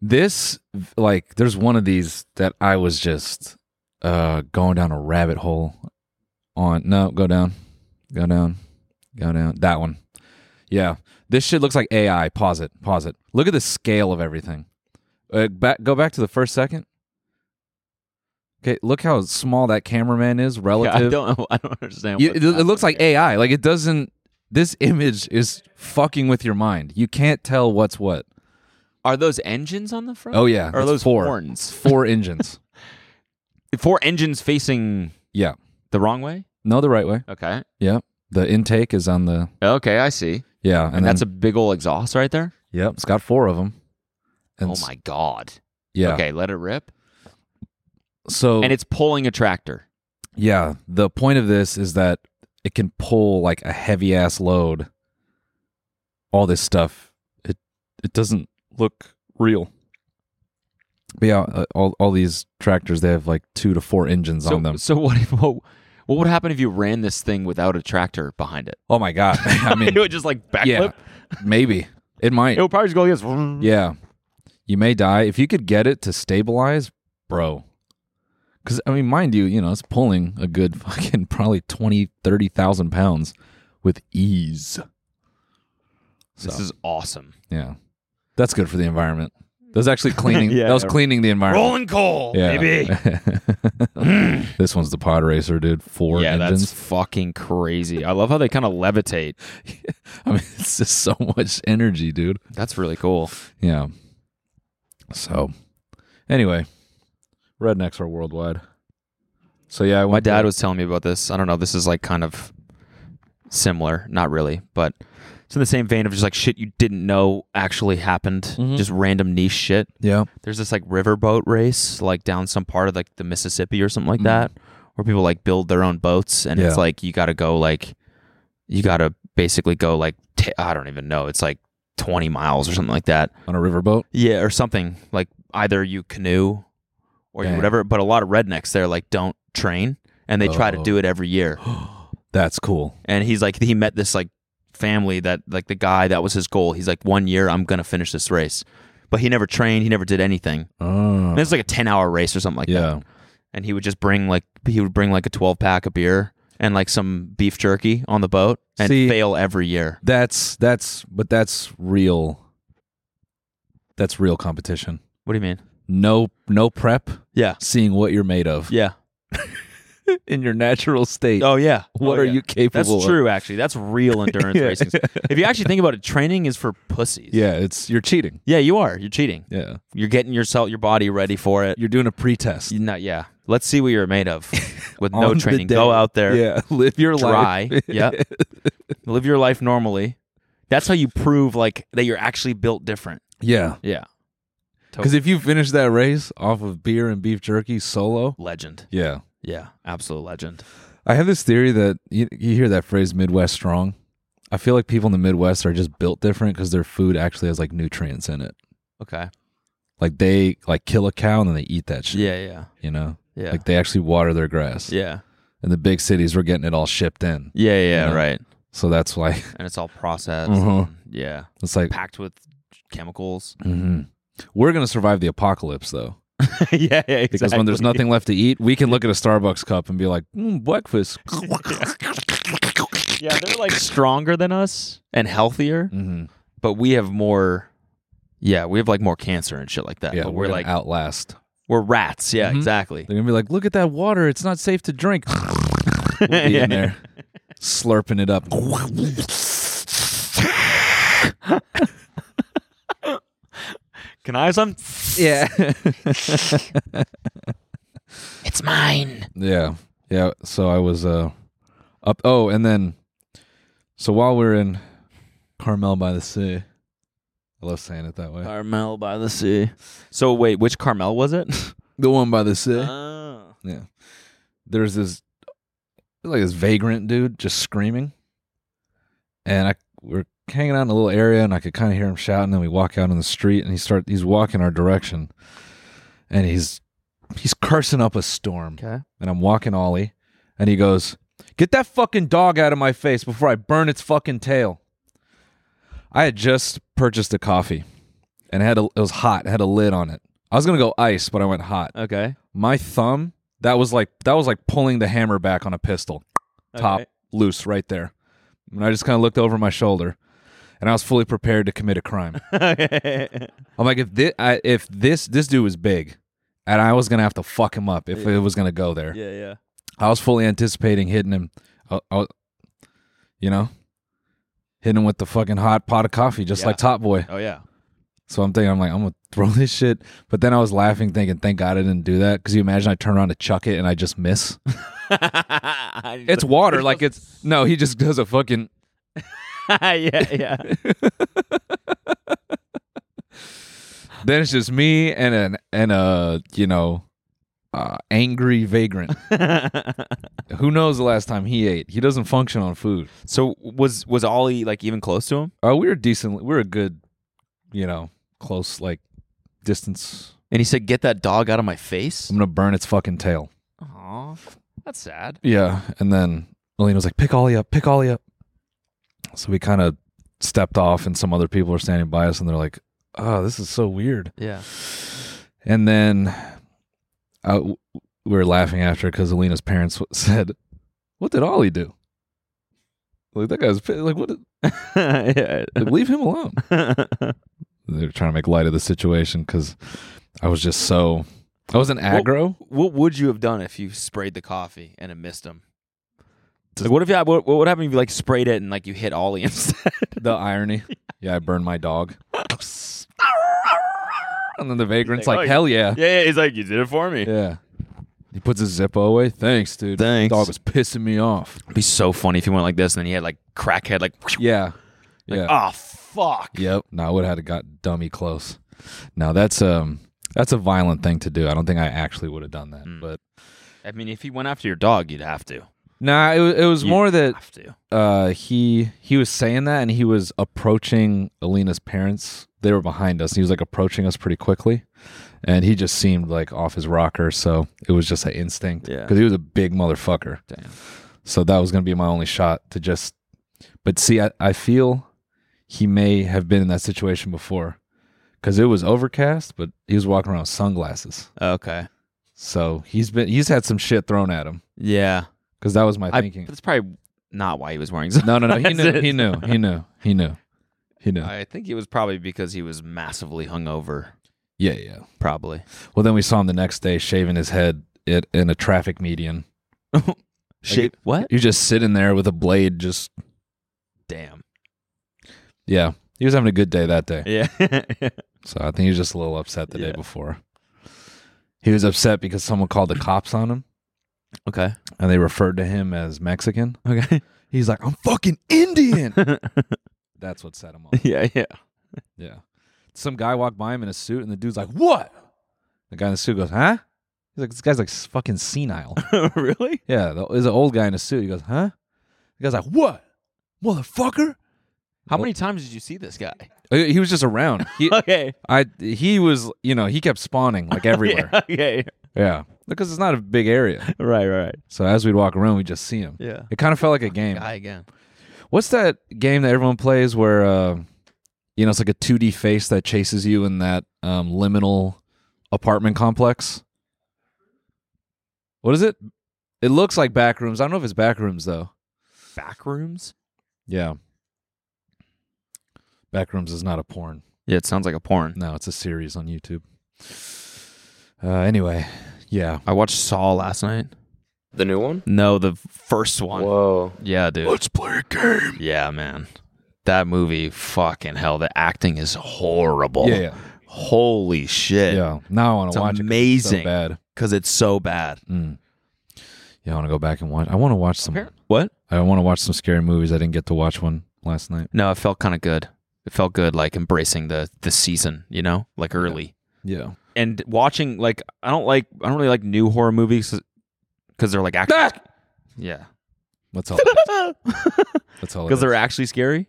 [SPEAKER 1] This like there's one of these that I was just uh going down a rabbit hole on. No, go down. Go down. Go down. That one. Yeah. This shit looks like AI. Pause it. Pause it. Look at the scale of everything. Uh, back, go back to the first second. Okay, look how small that cameraman is
[SPEAKER 2] Yeah, I
[SPEAKER 1] relative.
[SPEAKER 2] don't. I don't understand.
[SPEAKER 1] You-
[SPEAKER 2] what's
[SPEAKER 1] it, it looks like AI. Like it doesn't. This image is fucking with your mind. You can't tell what's what.
[SPEAKER 2] Are those engines on the front?
[SPEAKER 1] Oh yeah,
[SPEAKER 2] Or are
[SPEAKER 1] it's
[SPEAKER 2] those
[SPEAKER 1] four
[SPEAKER 2] horns?
[SPEAKER 1] Four engines.
[SPEAKER 2] Four engines facing
[SPEAKER 1] Yeah.
[SPEAKER 2] the wrong way.
[SPEAKER 1] No, the right way.
[SPEAKER 2] Okay.
[SPEAKER 1] Yeah. The intake is on the.
[SPEAKER 2] Okay, I see.
[SPEAKER 1] Yeah,
[SPEAKER 2] And, that's a big old exhaust right there.
[SPEAKER 1] a. Yep, it's got four of them. And
[SPEAKER 2] oh
[SPEAKER 1] s-
[SPEAKER 2] my god.
[SPEAKER 1] Yeah.
[SPEAKER 2] Okay, let it rip.
[SPEAKER 1] So
[SPEAKER 2] And it's pulling a tractor.
[SPEAKER 1] yeah, the point of this is that it can pull like a heavy ass load. All this stuff. It it doesn't look real. But yeah, uh, all all these tractors they have like two to four engines
[SPEAKER 2] So,
[SPEAKER 1] on them.
[SPEAKER 2] so what, if- what? What would happen if you ran this thing without a tractor behind it?
[SPEAKER 1] Oh my god! I mean,
[SPEAKER 2] it would just like backflip.
[SPEAKER 1] yeah, maybe It might.
[SPEAKER 11] It'll probably just go like this.
[SPEAKER 1] Yeah. You may die. If you could get it to stabilize, bro. Because, I mean, mind you, you know, it's pulling a good fucking probably 20, 30,000 pounds with ease.
[SPEAKER 2] This
[SPEAKER 1] So,
[SPEAKER 2] is awesome.
[SPEAKER 1] yeah. That's good for the environment. That was actually cleaning.
[SPEAKER 2] Yeah.
[SPEAKER 1] that was cleaning the environment.
[SPEAKER 2] Rolling coal, baby.
[SPEAKER 1] this one's the pod racer, dude. Four
[SPEAKER 2] yeah,
[SPEAKER 1] engines.
[SPEAKER 2] that's fucking crazy. I love how they kind of levitate.
[SPEAKER 1] I mean, it's just so much energy, dude.
[SPEAKER 2] That's really cool.
[SPEAKER 1] Yeah. So, anyway, rednecks are worldwide. So yeah, I
[SPEAKER 2] My
[SPEAKER 1] went
[SPEAKER 2] dad
[SPEAKER 1] to-
[SPEAKER 2] was telling me about this. I don't know. This is like kind of similar, not really, but it's in the same vein of just like shit you didn't know actually happened.
[SPEAKER 1] Mm-hmm.
[SPEAKER 2] Just random niche shit.
[SPEAKER 1] Yeah.
[SPEAKER 2] There's this like riverboat race, like down some part of like the Mississippi or something like that, where people like build their own boats, and it's
[SPEAKER 1] Mm-hmm. Yeah.
[SPEAKER 2] like you got to go like, you got to basically go like t- I don't even know. It's like 20 miles or something like that.
[SPEAKER 1] on a riverboat.
[SPEAKER 2] Yeah, or something like either you canoe or you
[SPEAKER 1] Damn.
[SPEAKER 2] whatever. But a lot of rednecks there like don't train, and they try to
[SPEAKER 1] Oh.
[SPEAKER 2] do it every year.
[SPEAKER 1] That's cool.
[SPEAKER 2] And he's like, he met this like family that like the guy that was his goal. He's like, one year I'm gonna finish this race, but he never trained. He never did anything.
[SPEAKER 1] Oh,
[SPEAKER 2] And it's like a ten hour race or something like that.
[SPEAKER 1] yeah.
[SPEAKER 2] And he would just bring like he would bring like a twelve pack of beer and like some beef jerky on the boat and
[SPEAKER 1] See-
[SPEAKER 2] fail every year.
[SPEAKER 1] That's that's but that's real. That's real competition.
[SPEAKER 2] What do you mean?
[SPEAKER 1] No no prep.
[SPEAKER 2] Yeah.
[SPEAKER 1] Seeing what you're made of
[SPEAKER 2] Yeah.
[SPEAKER 1] in your natural state.
[SPEAKER 2] Oh yeah.
[SPEAKER 1] What
[SPEAKER 2] Oh,
[SPEAKER 1] are
[SPEAKER 2] yeah.
[SPEAKER 1] you capable?
[SPEAKER 2] That's
[SPEAKER 1] of?
[SPEAKER 2] true, actually. That's real endurance
[SPEAKER 1] Yeah.
[SPEAKER 2] racing. If you actually think about it, training is for pussies.
[SPEAKER 1] Yeah, it's you're cheating.
[SPEAKER 2] Yeah, you are. You're cheating.
[SPEAKER 1] Yeah,
[SPEAKER 2] You're getting yourself, your body ready for it.
[SPEAKER 1] you're doing a pretest.
[SPEAKER 2] You're not, yeah. Let's see what you're made of with no
[SPEAKER 1] On the
[SPEAKER 2] training.
[SPEAKER 1] day.
[SPEAKER 2] Go out there,
[SPEAKER 1] Yeah, live your
[SPEAKER 2] dry.
[SPEAKER 1] life.
[SPEAKER 2] yeah. Live your life normally. That's how you prove like that you're actually built different.
[SPEAKER 1] yeah.
[SPEAKER 2] Yeah. Totally.
[SPEAKER 1] Because if you finish that race off of beer and beef jerky solo,
[SPEAKER 2] Legend.
[SPEAKER 1] yeah,
[SPEAKER 2] Yeah. Absolute legend.
[SPEAKER 1] I have this theory that you, you hear that phrase Midwest strong. I feel like people in the Midwest are just built different because their food actually has like nutrients in it.
[SPEAKER 2] Okay.
[SPEAKER 1] Like they like kill a cow and then they eat that shit.
[SPEAKER 2] Yeah. Yeah.
[SPEAKER 1] You know,
[SPEAKER 2] Yeah.
[SPEAKER 1] like they actually water their grass.
[SPEAKER 2] yeah.
[SPEAKER 1] And the big cities, we're getting it all shipped in,
[SPEAKER 2] Yeah. Yeah.
[SPEAKER 1] You know?
[SPEAKER 2] Right.
[SPEAKER 1] so that's why
[SPEAKER 2] And it's all processed.
[SPEAKER 1] Mhm.
[SPEAKER 2] and- yeah.
[SPEAKER 1] it's like
[SPEAKER 2] Packed with chemicals.
[SPEAKER 1] mhm. we're gonna survive the apocalypse though.
[SPEAKER 2] yeah, yeah, exactly.
[SPEAKER 1] Because when there's nothing left to eat, we can look at a Starbucks cup and be like, mm, breakfast.
[SPEAKER 2] yeah, they're like stronger than us and healthier,
[SPEAKER 1] Mhm.
[SPEAKER 2] but we have more. Yeah, we have like more cancer and shit like that.
[SPEAKER 1] Yeah,
[SPEAKER 2] but
[SPEAKER 1] we're,
[SPEAKER 2] we're,
[SPEAKER 1] gonna
[SPEAKER 2] like
[SPEAKER 1] outlast.
[SPEAKER 2] we're rats. Yeah,
[SPEAKER 1] Mhm.
[SPEAKER 2] exactly.
[SPEAKER 1] They're gonna be like, look at that water. It's not safe to drink. We'll be in there, slurping it up.
[SPEAKER 2] Can I have some?
[SPEAKER 1] Yeah,
[SPEAKER 2] It's mine.
[SPEAKER 1] yeah, yeah. So I was uh up. Oh, and then so while we are in Carmel by the Sea, I love saying it that way.
[SPEAKER 2] Carmel by the sea. So wait, which Carmel was it?
[SPEAKER 1] The one by the sea.
[SPEAKER 2] oh.
[SPEAKER 1] Yeah. There's this like this vagrant dude just screaming. And I we're hanging out in a little area and I could kind of hear him shouting and we walk out on the street and he start he's walking our direction. And he's he's cursing up a storm.
[SPEAKER 2] Okay.
[SPEAKER 1] And I'm walking Ollie and he goes, "Get that fucking dog out of my face before I burn its fucking tail." I had just purchased a coffee and it had a, it was hot, it had a lid on it. I was going to go ice, but I went hot
[SPEAKER 2] Okay.
[SPEAKER 1] my thumb that was like that was like pulling the hammer back on a pistol top
[SPEAKER 2] Okay.
[SPEAKER 1] loose right there and i just kind of looked over my shoulder and i was fully prepared to commit a crime i'm like if this I, if this this dude was big and i was gonna have to fuck him up if it was gonna go there
[SPEAKER 2] Yeah, yeah.
[SPEAKER 1] i was fully anticipating hitting him I, I- you know hitting him with the fucking hot pot of coffee just
[SPEAKER 2] Yeah.
[SPEAKER 1] like top boy
[SPEAKER 2] Oh yeah.
[SPEAKER 1] so i'm thinking i'm like i'm gonna throw this shit but then i was laughing thinking thank god i didn't do that because you imagine i turn around to chuck it and i just miss It's water. Like it's no. He just does a fucking.
[SPEAKER 2] yeah, yeah.
[SPEAKER 1] Then it's just me and an and a you know, uh, angry vagrant. Who knows the last time he ate? He doesn't function on food.
[SPEAKER 2] So was was Ollie like even close to him?
[SPEAKER 1] Uh, we were decent. We were a good, you know, close like distance.
[SPEAKER 2] And he said, "Get that dog out of my face."
[SPEAKER 1] I'm gonna burn its fucking tail.
[SPEAKER 2] Aw, that's sad.
[SPEAKER 1] Yeah, and then Alina was like, "Pick Ollie up, pick Ollie up." So we kind of stepped off and some other people are standing by us and they're like, "Oh, this is so weird."
[SPEAKER 2] Yeah.
[SPEAKER 1] And then uh, w- we were laughing after because Alina's parents w- said, "What did Ollie do?" Like that guy's pi- like, "What? Did,
[SPEAKER 2] yeah.
[SPEAKER 1] like, leave him alone." They're trying to make light of the situation because I was just so I wasn't aggro.
[SPEAKER 2] What, what would you have done if you sprayed the coffee and it missed him? Like, what if you? What, what would happen if you like sprayed it and like you hit Ollie instead?
[SPEAKER 1] The irony. Yeah, I burned my dog. and then the vagrant's like,
[SPEAKER 2] "Oh,
[SPEAKER 1] hell yeah.
[SPEAKER 2] yeah, yeah, he's like, you did it for me.
[SPEAKER 1] Yeah. He puts his Zippo away. Thanks, dude.
[SPEAKER 2] Thanks.
[SPEAKER 1] Dog was pissing me off.
[SPEAKER 2] It'd be so funny if he went like this and then he had like crackhead like,
[SPEAKER 1] Yeah. Yeah.
[SPEAKER 2] oh fuck.
[SPEAKER 1] Yep. No, I would have got dummy close. Now that's um that's a violent thing to do. I don't think I actually would have done that. But
[SPEAKER 2] I mean, if he went after your dog, you'd have to.
[SPEAKER 1] nah, it, wa- it was
[SPEAKER 2] You'd
[SPEAKER 1] more that
[SPEAKER 2] have to.
[SPEAKER 1] uh he he was saying that and he was approaching Alina's parents. They were behind us. He was like approaching us pretty quickly. And he just seemed like off his rocker, so it was just an instinct.
[SPEAKER 2] Yeah.
[SPEAKER 1] Because he was a big motherfucker.
[SPEAKER 2] Damn.
[SPEAKER 1] So that was gonna be my only shot to just but see I, I feel he may have been in that situation before. Cause it was overcast, but he was walking around with sunglasses.
[SPEAKER 2] Okay.
[SPEAKER 1] So he's been he's had some shit thrown at him.
[SPEAKER 2] Yeah.
[SPEAKER 1] Because that was my
[SPEAKER 2] I,
[SPEAKER 1] thinking.
[SPEAKER 2] that's probably not why he was wearing. Sunglasses.
[SPEAKER 1] No, no, no. He knew. He knew. He knew. He knew. He knew.
[SPEAKER 2] I think it was probably because he was massively hungover.
[SPEAKER 1] Yeah, yeah.
[SPEAKER 2] Probably.
[SPEAKER 1] Well, then we saw him the next day shaving his head it in a traffic median.
[SPEAKER 2] Shit. What?
[SPEAKER 1] He was just sitting there with a blade. Just
[SPEAKER 2] Damn.
[SPEAKER 1] yeah. He was having a good day that day.
[SPEAKER 2] Yeah.
[SPEAKER 1] So I think he was just a little upset the day
[SPEAKER 2] Yeah.
[SPEAKER 1] before. He was upset because someone called the cops on him
[SPEAKER 2] okay.
[SPEAKER 1] and they referred to him as Mexican.
[SPEAKER 2] Okay.
[SPEAKER 1] He's like, I'm fucking Indian. That's what set him off.
[SPEAKER 2] yeah. Yeah.
[SPEAKER 1] Yeah. Some guy walked by him in a suit, and the dude's like, "What?" The guy in the suit goes, "Huh?" He's like, "This guy's like s- fucking senile."
[SPEAKER 2] really?
[SPEAKER 1] yeah, the- there's an old guy in a suit. He goes, "Huh?" The guy's like, "What, motherfucker?"
[SPEAKER 2] How many times did you see this guy?
[SPEAKER 1] Uh, He was just around. He,
[SPEAKER 2] Okay.
[SPEAKER 1] I, he was, you know, he kept spawning like everywhere. yeah.
[SPEAKER 2] Okay.
[SPEAKER 1] because it's not a big area.
[SPEAKER 2] Right. Right.
[SPEAKER 1] So as we'd walk around, we just see him.
[SPEAKER 2] Yeah.
[SPEAKER 1] It kind of felt like a game.
[SPEAKER 2] Guy again.
[SPEAKER 1] What's that game that everyone plays where uh, you know it's like a 2D face that chases you in that um, liminal apartment complex? What is it? It looks like Backrooms. I don't know if it's Backrooms though.
[SPEAKER 2] Back rooms.
[SPEAKER 1] Yeah. Backrooms is not a porn.
[SPEAKER 2] Yeah. It sounds like a porn.
[SPEAKER 1] No, it's a series on YouTube. Uh, anyway, yeah.
[SPEAKER 2] I watched Saw last night.
[SPEAKER 8] The new one?
[SPEAKER 2] No, the first one.
[SPEAKER 8] Whoa.
[SPEAKER 2] Yeah, dude.
[SPEAKER 1] Let's play a game.
[SPEAKER 2] Yeah, man. That movie, fucking hell. The acting is horrible.
[SPEAKER 1] Yeah, yeah.
[SPEAKER 2] Holy shit.
[SPEAKER 1] Yeah. Now I want
[SPEAKER 2] Oh, It's
[SPEAKER 1] to watch it. 'cause it's
[SPEAKER 2] amazing.
[SPEAKER 1] So bad.
[SPEAKER 2] Because it's so bad.
[SPEAKER 1] Mm. Yeah, I want to go back and watch. I want to watch some.
[SPEAKER 2] What?
[SPEAKER 1] I want to watch some scary movies. I didn't get to watch one last night.
[SPEAKER 2] No, it felt kind of good. It felt good, like embracing the the season, you know, like early
[SPEAKER 1] Yeah.
[SPEAKER 2] and watching. Like, I don't like, I don't really like new horror movies because they're like actually, yeah,
[SPEAKER 1] That's all. it is. That's all. it
[SPEAKER 2] because they're
[SPEAKER 1] is.
[SPEAKER 2] actually scary.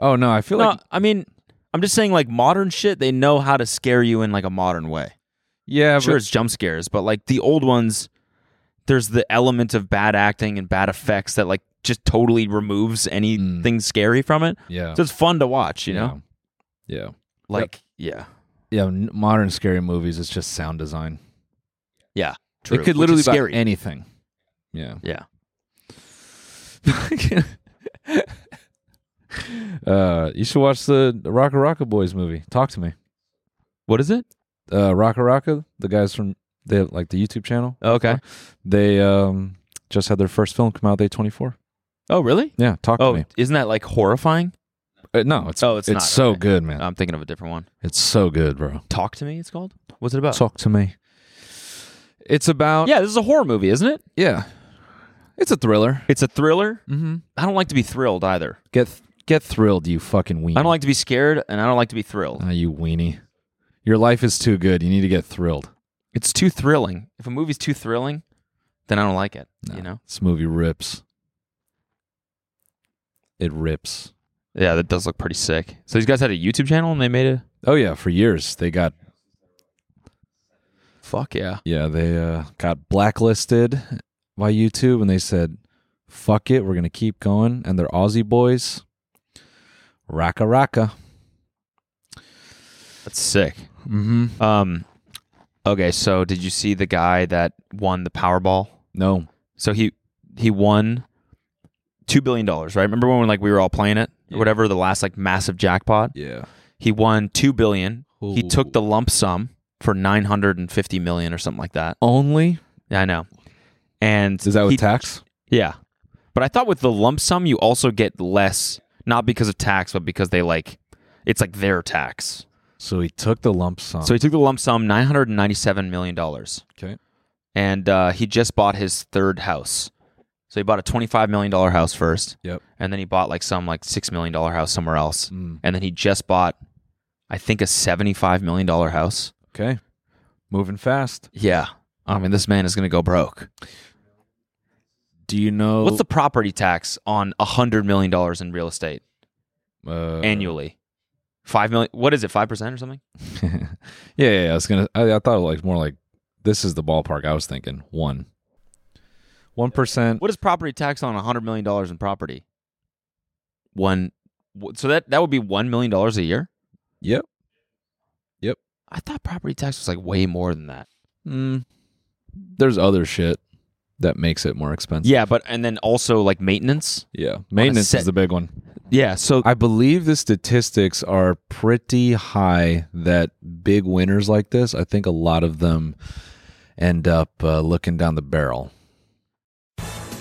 [SPEAKER 1] Oh no, I feel
[SPEAKER 2] No,
[SPEAKER 1] like
[SPEAKER 2] I mean, I'm just saying, like modern shit, they know how to scare you in like a modern way.
[SPEAKER 1] yeah.
[SPEAKER 2] sure
[SPEAKER 1] but-
[SPEAKER 2] it's jump scares, but like the old ones, there's the element of bad acting and bad effects that like just totally removes anything scary from it.
[SPEAKER 1] yeah.
[SPEAKER 2] So it's fun to watch, you know?
[SPEAKER 1] Yeah. Yeah.
[SPEAKER 2] Oh. Like yeah.
[SPEAKER 1] Yeah, n- modern scary movies. It's just sound design.
[SPEAKER 2] Yeah. True.
[SPEAKER 1] It could
[SPEAKER 2] Which
[SPEAKER 1] literally
[SPEAKER 2] is
[SPEAKER 1] be
[SPEAKER 2] scary.
[SPEAKER 1] anything. Yeah.
[SPEAKER 2] yeah.
[SPEAKER 1] uh, you should watch the Rocka Rocka Boys movie. Talk to me.
[SPEAKER 2] What is it?
[SPEAKER 1] Uh, Rocka Rocka, the guys from they have, like the YouTube channel.
[SPEAKER 2] Oh, Okay.
[SPEAKER 1] They um just had their first film come out. They twenty four.
[SPEAKER 2] Oh really?
[SPEAKER 1] Yeah, talk to
[SPEAKER 2] Oh,
[SPEAKER 1] me.
[SPEAKER 2] isn't that like horrifying?
[SPEAKER 1] Uh, no, it's
[SPEAKER 2] Oh,
[SPEAKER 1] it's,
[SPEAKER 2] it's not,
[SPEAKER 1] so
[SPEAKER 2] okay. Oh.
[SPEAKER 1] good, man.
[SPEAKER 2] I'm thinking of a different one.
[SPEAKER 1] it's so good, bro.
[SPEAKER 2] Talk to me, it's called? What's it about?
[SPEAKER 1] Talk to me. It's about
[SPEAKER 2] yeah, this is a horror movie, isn't it?
[SPEAKER 1] yeah. It's a thriller.
[SPEAKER 2] It's a thriller.
[SPEAKER 1] Mm-hmm.
[SPEAKER 2] I don't like to be thrilled either.
[SPEAKER 1] Get th- get thrilled, you fucking weenie.
[SPEAKER 2] I don't like to be scared and I don't like to be thrilled.
[SPEAKER 1] Ah, you weenie. Your life is too good. You need to get thrilled.
[SPEAKER 2] It's too thrilling. If a movie's too thrilling, then I don't like it. You know?
[SPEAKER 1] This movie rips. It rips.
[SPEAKER 2] Yeah, that does look pretty sick. So these guys had a YouTube channel and they made a
[SPEAKER 1] Oh yeah, for years they got
[SPEAKER 2] fuck yeah.
[SPEAKER 1] yeah they uh, got blacklisted by YouTube and they said, "Fuck it, we're gonna keep going." And they're Aussie boys, Raka Raka.
[SPEAKER 2] That's sick.
[SPEAKER 1] Mm-hmm.
[SPEAKER 2] Um, okay, so did you see the guy that won the Powerball?
[SPEAKER 1] No.
[SPEAKER 2] So he he won two billion dollars, right? Remember when like we were all playing it or whatever the last like massive jackpot?
[SPEAKER 1] Yeah.
[SPEAKER 2] He won two billion. He
[SPEAKER 1] Ooh.
[SPEAKER 2] took the lump sum for nine hundred and fifty million or something like that.
[SPEAKER 1] Only
[SPEAKER 2] Yeah, I know. And
[SPEAKER 1] is that with
[SPEAKER 2] he-
[SPEAKER 1] tax?
[SPEAKER 2] Yeah, but I thought with the lump sum you also get less, not because of tax, but because they like it's like their tax.
[SPEAKER 1] So he took the lump sum.
[SPEAKER 2] So he took the lump sum nine hundred and ninety-seven million dollars.
[SPEAKER 1] okay.
[SPEAKER 2] and uh, he just bought his third house. So he bought a twenty-five million dollar house first,
[SPEAKER 1] Yep.
[SPEAKER 2] and then he bought like some like six million dollar house somewhere else,
[SPEAKER 1] Mm.
[SPEAKER 2] and then he just bought, I think, a seventy-five million dollar house.
[SPEAKER 1] Okay. Moving fast.
[SPEAKER 2] Yeah, I mean, this man is gonna go broke.
[SPEAKER 1] Do you know
[SPEAKER 2] What's the property tax on a hundred million dollars in real estate
[SPEAKER 1] uh,
[SPEAKER 2] annually? Five million. What is it? Five percent or something?
[SPEAKER 1] yeah, yeah, yeah, I was gonna. I, I thought like more like this is the ballpark. I was thinking one, one percent.
[SPEAKER 2] What is property tax on a hundred million dollars in property? One. w- So that that would be one million dollars a year.
[SPEAKER 1] Yep. Yep.
[SPEAKER 2] I thought property tax was like way more than that.
[SPEAKER 1] Mm. There's other shit that makes it more expensive.
[SPEAKER 2] Yeah, but and then also like maintenance.
[SPEAKER 1] Yeah. Maintenance
[SPEAKER 2] set-
[SPEAKER 1] is the big one.
[SPEAKER 2] Yeah, so
[SPEAKER 1] I believe the statistics are pretty high that big winners like this, I think a lot of them end up uh, looking down the barrel.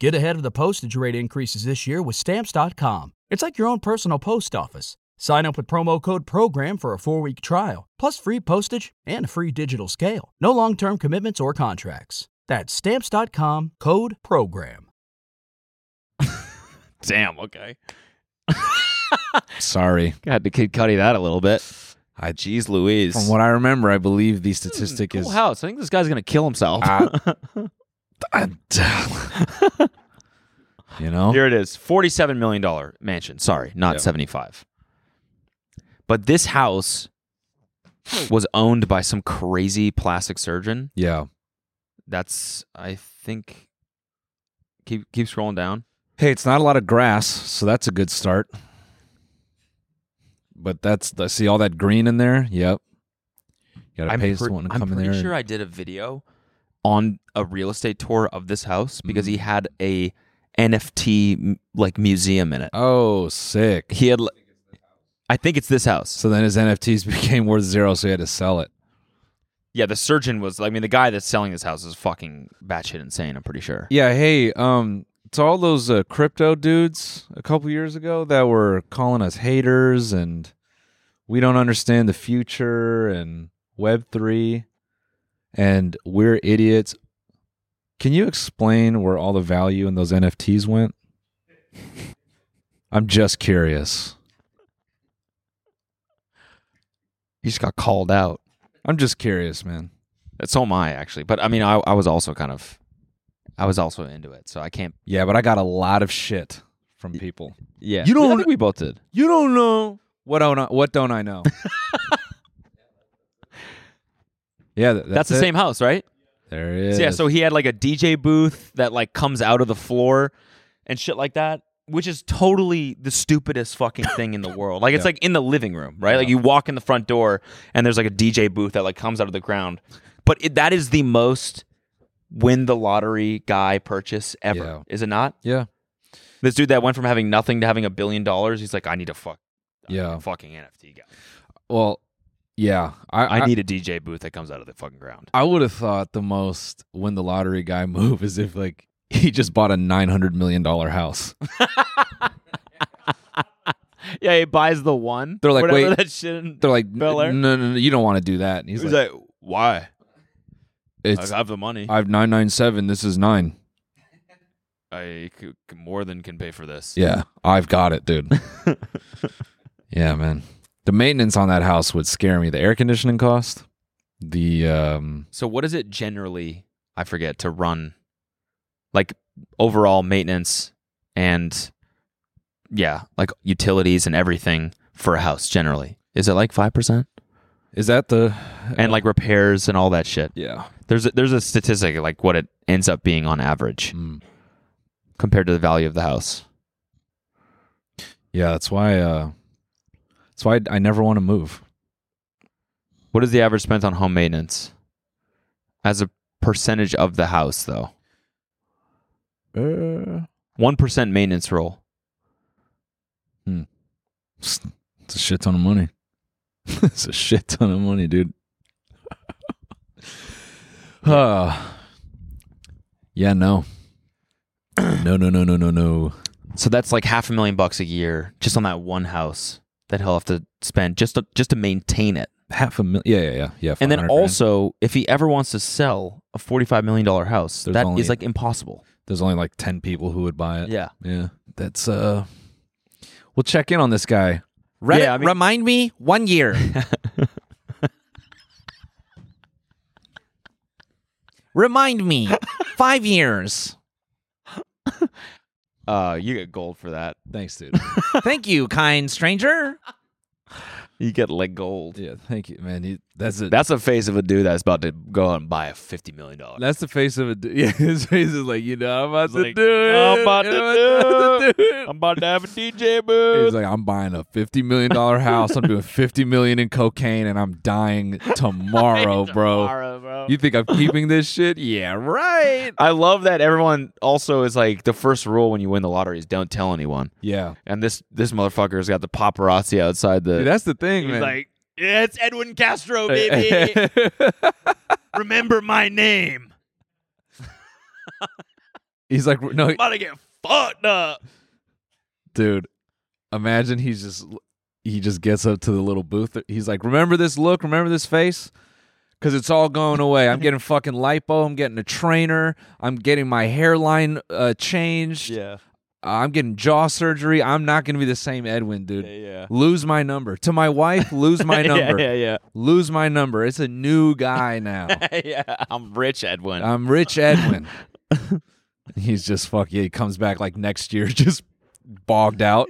[SPEAKER 11] Get ahead of the postage rate increases this year with stamps.com. It's like your own personal post office. Sign up with promo code PROGRAM for a four week trial, plus free postage and a free digital scale. No long term commitments or contracts. That's stamps.com code PROGRAM.
[SPEAKER 2] damn, okay.
[SPEAKER 1] Sorry.
[SPEAKER 2] Got to kid Cuddy that a little bit.
[SPEAKER 1] I-
[SPEAKER 2] Jeez Ah, Louise.
[SPEAKER 1] From what I remember, I believe the statistic
[SPEAKER 2] Hmm, cool
[SPEAKER 1] is
[SPEAKER 2] house. I think this guy's gonna kill himself.
[SPEAKER 1] I- you know.
[SPEAKER 2] Here it is. Forty-seven million dollar mansion. Sorry, not
[SPEAKER 1] Yeah.
[SPEAKER 2] seventy-five. But this house was owned by some crazy plastic surgeon.
[SPEAKER 1] yeah.
[SPEAKER 2] That's I think keep keep scrolling down.
[SPEAKER 1] Hey, it's not a lot of grass, so that's a good start. But that's the, see all that green in there. Yep. You gotta
[SPEAKER 2] I'm,
[SPEAKER 1] pay
[SPEAKER 2] pre-
[SPEAKER 1] someone to
[SPEAKER 2] I'm
[SPEAKER 1] come in
[SPEAKER 2] pretty
[SPEAKER 1] there. and-
[SPEAKER 2] sure I did a video on a real estate tour of this house
[SPEAKER 1] Mm-hmm.
[SPEAKER 2] because he had a NFT m- like museum in it.
[SPEAKER 1] oh, sick.
[SPEAKER 2] He had, l- I think it's this house.
[SPEAKER 1] So then his NFTs became worth zero, so he had to sell it.
[SPEAKER 2] Yeah, the surgeon was. I mean, the guy that's selling this house is fucking batshit insane. I'm pretty sure.
[SPEAKER 1] Yeah, hey, um, to all those uh, crypto dudes a couple years ago that were calling us haters and we don't understand the future and Web three and we're idiots. Can you explain where all the value in those NFTs went? I'm just curious.
[SPEAKER 2] He just got called out.
[SPEAKER 1] I'm just curious, man.
[SPEAKER 2] So am I actually, but I mean, I, I was also kind of, I was also into it, so I can't.
[SPEAKER 1] Yeah, but I got a lot of shit from people.
[SPEAKER 2] Yeah,
[SPEAKER 1] You don't-
[SPEAKER 2] I think we both did.
[SPEAKER 1] You don't know what don't I, what don't I know? yeah, th-
[SPEAKER 2] That's,
[SPEAKER 1] that's,
[SPEAKER 2] the
[SPEAKER 1] it.
[SPEAKER 2] same house, right?
[SPEAKER 1] There it is.
[SPEAKER 2] So, yeah, so he had like a DJ booth that like comes out of the floor and shit like that, which is totally the stupidest fucking thing in the world. Like it's
[SPEAKER 1] Yeah.
[SPEAKER 2] like in the living room, right? Like you walk in the front door and there's like a DJ booth that like comes out of the ground. But it, that is the most win the lottery guy purchase ever,
[SPEAKER 1] Yeah.
[SPEAKER 2] is it not?
[SPEAKER 1] yeah,
[SPEAKER 2] This dude that went from having nothing to having a billion dollars, he's like, I need a fuck, I need a
[SPEAKER 1] Yeah.
[SPEAKER 2] fucking NFT guy.
[SPEAKER 1] well, yeah. I
[SPEAKER 2] I,
[SPEAKER 1] I,
[SPEAKER 2] need a DJ booth that comes out of the fucking ground.
[SPEAKER 1] I would have thought the most win the lottery guy move is if like he just bought a nine hundred million dollar house.
[SPEAKER 2] Yeah, he buys the one.
[SPEAKER 1] They're like,
[SPEAKER 2] whatever
[SPEAKER 1] wait.
[SPEAKER 2] that shit. in-
[SPEAKER 1] They're like, no,
[SPEAKER 2] Bel Air?
[SPEAKER 1] no, no, you don't want to do that. And he's,
[SPEAKER 2] He's
[SPEAKER 1] like,
[SPEAKER 2] like, why?
[SPEAKER 1] it's
[SPEAKER 2] I have the money.
[SPEAKER 1] I've nine nine seven. This is nine.
[SPEAKER 2] I c- c- more than can pay for this.
[SPEAKER 1] Yeah, I've got it, dude. Yeah, man. The maintenance on that house would scare me. The air conditioning cost, the um,
[SPEAKER 2] So what is it generally? I forget to run, like overall maintenance and yeah, like utilities and everything for a house generally. Is it like five percent?
[SPEAKER 1] Is that the
[SPEAKER 2] and like repairs and all that shit?
[SPEAKER 1] Yeah.
[SPEAKER 2] There's a, there's a statistic like what it ends up being on average
[SPEAKER 1] mm.
[SPEAKER 2] compared to the value of the house.
[SPEAKER 1] yeah. That's why. Uh, that's why I never want to move.
[SPEAKER 2] What is the average spent on home maintenance as a percentage of the house though?
[SPEAKER 1] Uh,
[SPEAKER 2] One percent maintenance rule.
[SPEAKER 1] it's a shit ton of money. it's a shit ton of money, dude. uh, yeah, no. No, no, no, no, no, no.
[SPEAKER 2] So that's like half a million bucks a year just on that one house that he'll have to spend just to, just to maintain it.
[SPEAKER 1] Half a million. Yeah, yeah, yeah. yeah
[SPEAKER 2] And
[SPEAKER 1] 500
[SPEAKER 2] then
[SPEAKER 1] grand.
[SPEAKER 2] also, if he ever wants to sell a forty-five million dollar house,
[SPEAKER 1] There's
[SPEAKER 2] that
[SPEAKER 1] only-
[SPEAKER 2] is like impossible.
[SPEAKER 1] there's only like 10 people who would buy it.
[SPEAKER 2] Yeah.
[SPEAKER 1] Yeah. That's, uh, we'll check in on this guy. Reddit,
[SPEAKER 2] Yeah, I mean-
[SPEAKER 1] remind me one year. remind me five years.
[SPEAKER 2] Uh, you get gold for that.
[SPEAKER 1] Thanks, dude. Thank you, kind stranger.
[SPEAKER 2] You get like gold.
[SPEAKER 1] Yeah, thank you, man. You- That's a
[SPEAKER 2] That's the face of a dude that's about to go out and buy a fifty million dollar.
[SPEAKER 1] that's the face of a dude. Yeah, his face is like, you know, I'm about to
[SPEAKER 2] like,
[SPEAKER 1] do it.
[SPEAKER 2] I'm about
[SPEAKER 1] You
[SPEAKER 2] to
[SPEAKER 1] know,
[SPEAKER 2] do
[SPEAKER 1] to do it.
[SPEAKER 2] I'm about to have a DJ booth.
[SPEAKER 1] He's like, I'm buying a fifty million dollar house. I'm doing fifty million in cocaine, and I'm dying tomorrow, bro. You think I'm keeping this shit? Yeah, right.
[SPEAKER 2] I love that everyone also is like the first rule when you win the lottery is don't tell anyone.
[SPEAKER 1] Yeah,
[SPEAKER 2] And this this motherfucker's got the paparazzi outside the.
[SPEAKER 1] Dude, that's the thing,
[SPEAKER 2] he's
[SPEAKER 1] man.
[SPEAKER 2] like, yeah, it's Edwin Castro, baby. Remember my name.
[SPEAKER 1] he's like, no,
[SPEAKER 2] I'm about to get fucked up.
[SPEAKER 1] dude. Imagine he's just he just gets up to the little booth. He's like, remember this look? Remember this face? Cause it's all going away. I'm getting fucking lipo. I'm getting a trainer. I'm getting my hairline uh, changed.
[SPEAKER 2] Yeah.
[SPEAKER 1] I'm getting jaw surgery. I'm not gonna be the same Edwin, dude.
[SPEAKER 2] yeah.
[SPEAKER 1] Lose my number to my wife. Lose my number.
[SPEAKER 2] Yeah, yeah,
[SPEAKER 1] Lose my number. It's a new guy now.
[SPEAKER 2] yeah. yeah. I'm rich, Edwin.
[SPEAKER 1] I'm Rich Edwin. He's just fuck yeah. He comes back like next year, just bogged out.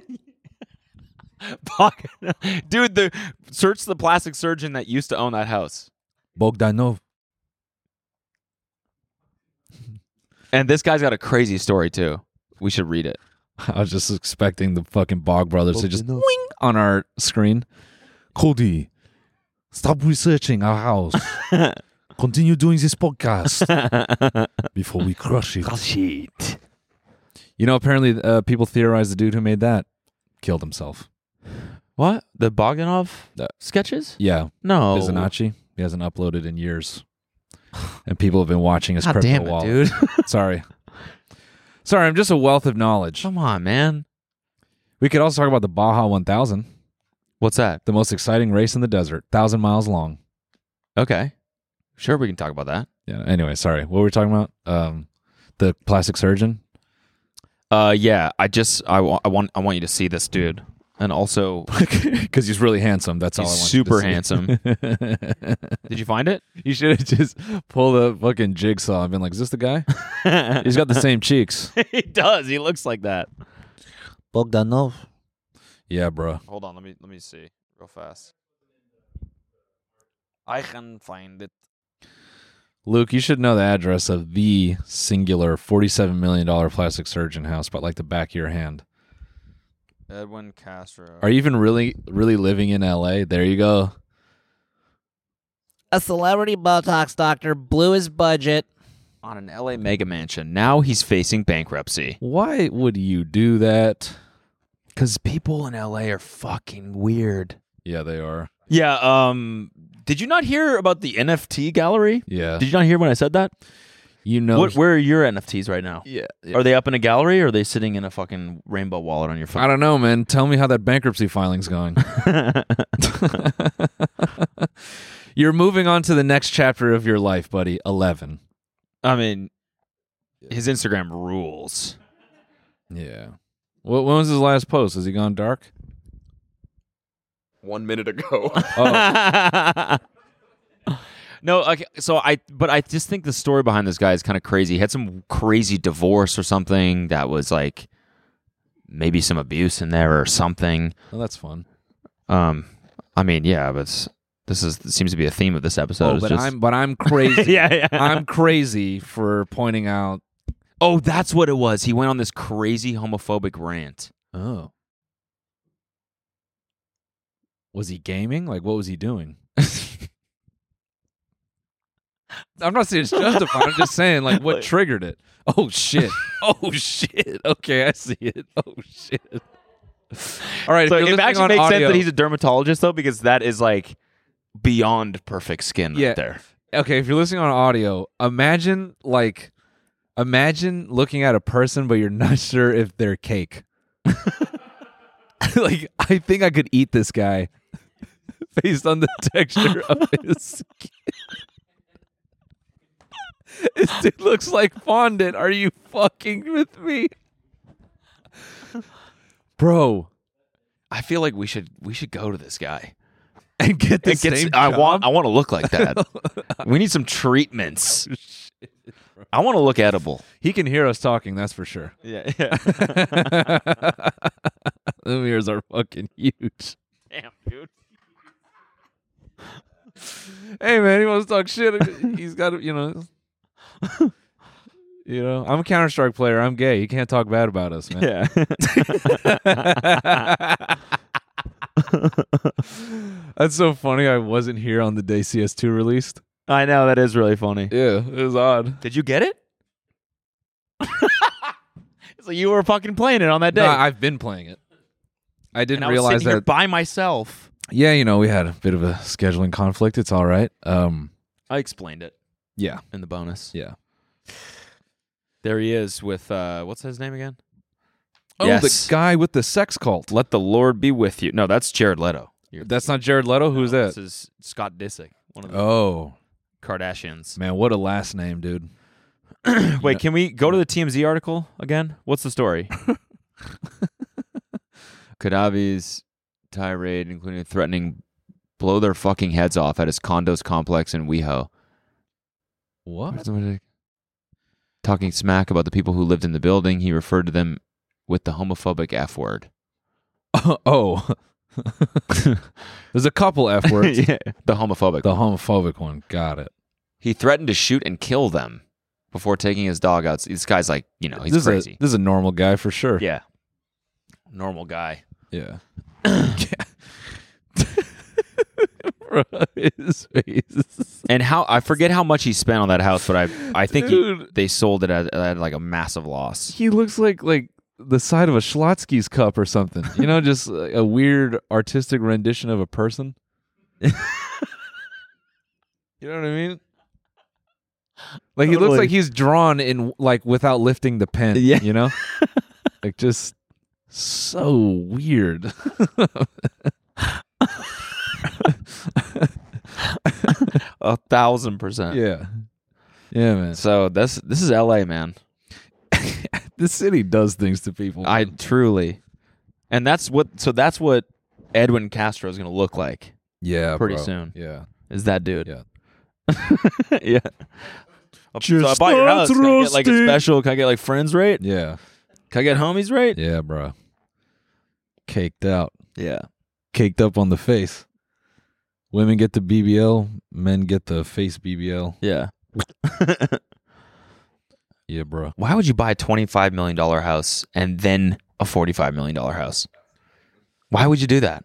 [SPEAKER 2] Fuck. Dude, the search the plastic surgeon that used to own that house.
[SPEAKER 1] Bogdanov.
[SPEAKER 2] And this guy's got a crazy story too. We should read it.
[SPEAKER 1] I was just expecting the fucking Bog Brothers to just wing on our screen. Cody, stop researching our house. Continue doing this podcast before we crush it.
[SPEAKER 2] Shit.
[SPEAKER 1] You know, apparently uh, people theorize the dude who made that killed himself.
[SPEAKER 2] What? The Bogdanov sketches?
[SPEAKER 1] Yeah,
[SPEAKER 2] No.
[SPEAKER 1] Izanachi. He hasn't uploaded in years, and people have been watching his
[SPEAKER 2] God
[SPEAKER 1] crypto
[SPEAKER 2] damn it,
[SPEAKER 1] wallet.
[SPEAKER 2] dude.
[SPEAKER 1] Sorry, sorry. I'm just a wealth of knowledge.
[SPEAKER 2] Come on, man.
[SPEAKER 1] We could also talk about the Baja 1000,
[SPEAKER 2] What's that?
[SPEAKER 1] the most exciting race in the desert, thousand miles long.
[SPEAKER 2] Okay. Sure, we can talk about that.
[SPEAKER 1] Yeah. Anyway, sorry. What were we talking about? Um, the plastic surgeon.
[SPEAKER 2] Uh, yeah. I just I, wa- I want I want you to see this dude, and also
[SPEAKER 1] Because he's really handsome. That's all I
[SPEAKER 2] He's
[SPEAKER 1] want.
[SPEAKER 2] super handsome. did you find it?
[SPEAKER 1] you should have just pulled the fucking jigsaw and been like, "Is this the guy? he's got the same cheeks."
[SPEAKER 2] he does. He looks like that.
[SPEAKER 1] Bogdanov. Yeah, bro.
[SPEAKER 2] Hold on. Let me let me see real fast. I can find it.
[SPEAKER 1] Luke, you should know the address of the singular $47 million plastic surgeon house, but like the back of your hand.
[SPEAKER 2] Edwin Castro.
[SPEAKER 1] Are you even really, really living in LA? There you go.
[SPEAKER 12] A celebrity Botox doctor blew his budget.
[SPEAKER 2] on an LA mega mansion? Now he's facing bankruptcy.
[SPEAKER 1] Why would you do that?
[SPEAKER 2] Because people in LA are fucking weird.
[SPEAKER 1] Yeah, they are.
[SPEAKER 2] Yeah. Um. Did you not hear about the NFT gallery?
[SPEAKER 1] Yeah.
[SPEAKER 2] Did you not hear when I said that?
[SPEAKER 1] You know,
[SPEAKER 2] What? Where are your NFTs right now?
[SPEAKER 1] yeah, yeah.
[SPEAKER 2] Are they up in a gallery or are they sitting in a fucking rainbow wallet on your
[SPEAKER 1] I
[SPEAKER 2] phone?
[SPEAKER 1] don't know, man. Tell me how that bankruptcy filing's going. You're moving on to the next chapter of your life, buddy. 11.
[SPEAKER 2] I mean, his Instagram rules.
[SPEAKER 1] Yeah. What, when was his last post? Has he gone dark?
[SPEAKER 8] one minute ago.
[SPEAKER 2] Oh. No, okay, so I, but I just think the story behind this guy is kind of crazy. He had some crazy divorce or something that was like maybe some abuse in there or something.
[SPEAKER 1] Well, that's fun.
[SPEAKER 2] Um, I mean, yeah, but it's, this is seems to be a theme of this
[SPEAKER 1] oh,
[SPEAKER 2] episode. It's
[SPEAKER 1] but
[SPEAKER 2] just-
[SPEAKER 1] I'm but I'm crazy.
[SPEAKER 2] Yeah, yeah.
[SPEAKER 1] I'm crazy for pointing out.
[SPEAKER 2] oh, that's what it was. He went on this crazy homophobic rant.
[SPEAKER 1] Oh, was he gaming? Like, what was he doing? I'm not saying it's justified. I'm just saying, like, what triggered it? Oh shit! Oh shit! Okay, I see it. Oh shit! All right. if
[SPEAKER 2] so
[SPEAKER 1] you're
[SPEAKER 2] it
[SPEAKER 1] listening
[SPEAKER 2] actually
[SPEAKER 1] on
[SPEAKER 2] makes sense
[SPEAKER 1] audio-
[SPEAKER 2] that he's a dermatologist though, because that is like beyond perfect skin
[SPEAKER 1] Yeah.
[SPEAKER 2] right there.
[SPEAKER 1] okay, if you're listening on audio, imagine like imagine looking at a person but you're not sure if they're cake. like I think I could eat this guy based on the texture of his skin. this dude looks like fondant. Are you fucking with me? Bro,
[SPEAKER 2] I feel like we should we should go to this guy.
[SPEAKER 1] and get the
[SPEAKER 2] It gets-
[SPEAKER 1] same
[SPEAKER 2] I
[SPEAKER 1] job?
[SPEAKER 2] want I want to look like that. we need some treatments.
[SPEAKER 1] Oh,
[SPEAKER 2] I want to look edible.
[SPEAKER 1] He can hear us talking, that's for sure.
[SPEAKER 2] Yeah, yeah.
[SPEAKER 1] Them ears are fucking huge.
[SPEAKER 2] Damn, dude.
[SPEAKER 1] Hey man, he wants to talk shit. He's got to, you know. You know, I'm a Counter Strike player. I'm gay. You can't talk bad about us, man.
[SPEAKER 2] Yeah.
[SPEAKER 1] That's so funny. I wasn't here on the day CS2 released.
[SPEAKER 2] I know that is really funny.
[SPEAKER 1] Yeah, it was odd.
[SPEAKER 2] Did you get it? so you were fucking playing it on that day.
[SPEAKER 1] No, I've been playing it. I didn't
[SPEAKER 2] and I was
[SPEAKER 1] realize
[SPEAKER 2] sitting here
[SPEAKER 1] that.
[SPEAKER 2] by myself.
[SPEAKER 1] yeah, you know, we had a bit of a scheduling conflict. It's all right. Um,
[SPEAKER 2] I explained it
[SPEAKER 1] yeah,
[SPEAKER 2] in the bonus.
[SPEAKER 1] yeah.
[SPEAKER 2] There he is with uh what's his name again?
[SPEAKER 1] Oh,
[SPEAKER 2] Yes.
[SPEAKER 1] the guy with the sex cult.
[SPEAKER 2] Let the Lord be with you. No, that's Jared Leto.
[SPEAKER 1] That's not Jared Leto. Who's
[SPEAKER 2] This
[SPEAKER 1] that?
[SPEAKER 2] is Scott Disick, one of the
[SPEAKER 1] Oh
[SPEAKER 2] Kardashians.
[SPEAKER 1] man, what a last name, dude.
[SPEAKER 2] Wait, can we go to the TMZ article again? What's the story? Kadavi's tirade, including threatening blow their fucking heads off at his condos complex in WeHo.
[SPEAKER 1] What?
[SPEAKER 2] Talking smack about the people who lived in the building, he referred to them with the homophobic F word.
[SPEAKER 1] oh, there's a couple f words.
[SPEAKER 2] yeah. The homophobic.
[SPEAKER 1] The homophobic one. Got it.
[SPEAKER 2] He threatened to shoot and kill them before taking his dog out. This guy's like, you know, he's
[SPEAKER 1] this
[SPEAKER 2] crazy.
[SPEAKER 1] Is a, this is a normal guy for sure.
[SPEAKER 2] yeah. Normal guy.
[SPEAKER 1] Yeah. Bro, his face.
[SPEAKER 2] And how I forget how much he spent on that house, but I I think he,
[SPEAKER 1] Dude.
[SPEAKER 2] they sold it at, at like a massive loss.
[SPEAKER 1] He looks like like the side of a Schlotsky's cup or something. You know, just uh, a weird artistic rendition of a person. you know what I mean? Like he looks
[SPEAKER 2] Totally.
[SPEAKER 1] like he's drawn in like without lifting the pen.
[SPEAKER 2] Yeah.
[SPEAKER 1] You know? like just so weird.
[SPEAKER 2] A thousand percent.
[SPEAKER 1] yeah. Yeah, man.
[SPEAKER 2] So this this is L.A. man.
[SPEAKER 1] This city does things to people.
[SPEAKER 2] I truly, and that's what. So that's what Edwin Castro is going to look like.
[SPEAKER 1] yeah,
[SPEAKER 2] pretty
[SPEAKER 1] bro.
[SPEAKER 2] soon.
[SPEAKER 1] Yeah.
[SPEAKER 2] Is that dude?
[SPEAKER 1] Yeah.
[SPEAKER 2] yeah. so I
[SPEAKER 1] Just
[SPEAKER 2] bought your house. Can I get like a
[SPEAKER 1] roasting.
[SPEAKER 2] special? Can I get like friends rate?
[SPEAKER 1] Yeah.
[SPEAKER 2] Can I get homies rate?
[SPEAKER 1] Yeah, bro. Caked out.
[SPEAKER 2] Yeah.
[SPEAKER 1] Caked up on the face. Women get the BBL, men get the face BBL.
[SPEAKER 2] Yeah.
[SPEAKER 1] Yeah, bro.
[SPEAKER 2] Why would you buy a twenty-five million dollar house and then a forty-five million dollar house? Why would you do that?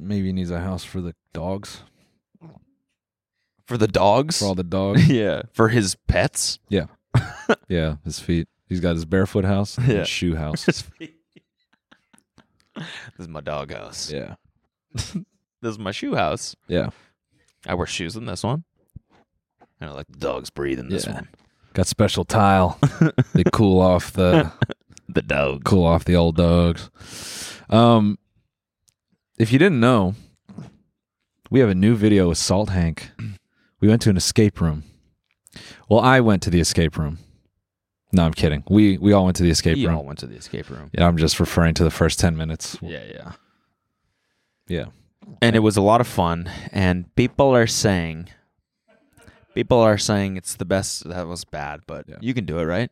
[SPEAKER 1] Maybe he needs a house for the dogs.
[SPEAKER 2] For the dogs?
[SPEAKER 1] For all the dogs.
[SPEAKER 2] yeah. For his pets?
[SPEAKER 1] yeah. Yeah, his feet. He's got his barefoot house and
[SPEAKER 2] Yeah.
[SPEAKER 1] his shoe house.
[SPEAKER 2] This is my dog house.
[SPEAKER 1] Yeah.
[SPEAKER 2] this is my shoe house.
[SPEAKER 1] Yeah.
[SPEAKER 2] I wear shoes in this one. And I let the dogs breathe in this
[SPEAKER 1] Yeah.
[SPEAKER 2] one.
[SPEAKER 1] Got special tile. they cool off the
[SPEAKER 2] the dogs.
[SPEAKER 1] Cool off the old dogs. Um, if you didn't know, we have a new video with Salt Hank. We went to an escape room. Well, I went to the escape room. No, I'm kidding. We we all went to the escape
[SPEAKER 2] We
[SPEAKER 1] room.
[SPEAKER 2] all went to the escape room.
[SPEAKER 1] Yeah, I'm just referring to the first ten minutes.
[SPEAKER 2] Yeah, yeah.
[SPEAKER 1] Yeah.
[SPEAKER 2] And it was a lot of fun. And people are saying, people are saying it's the best. That was bad, but you can do it, right?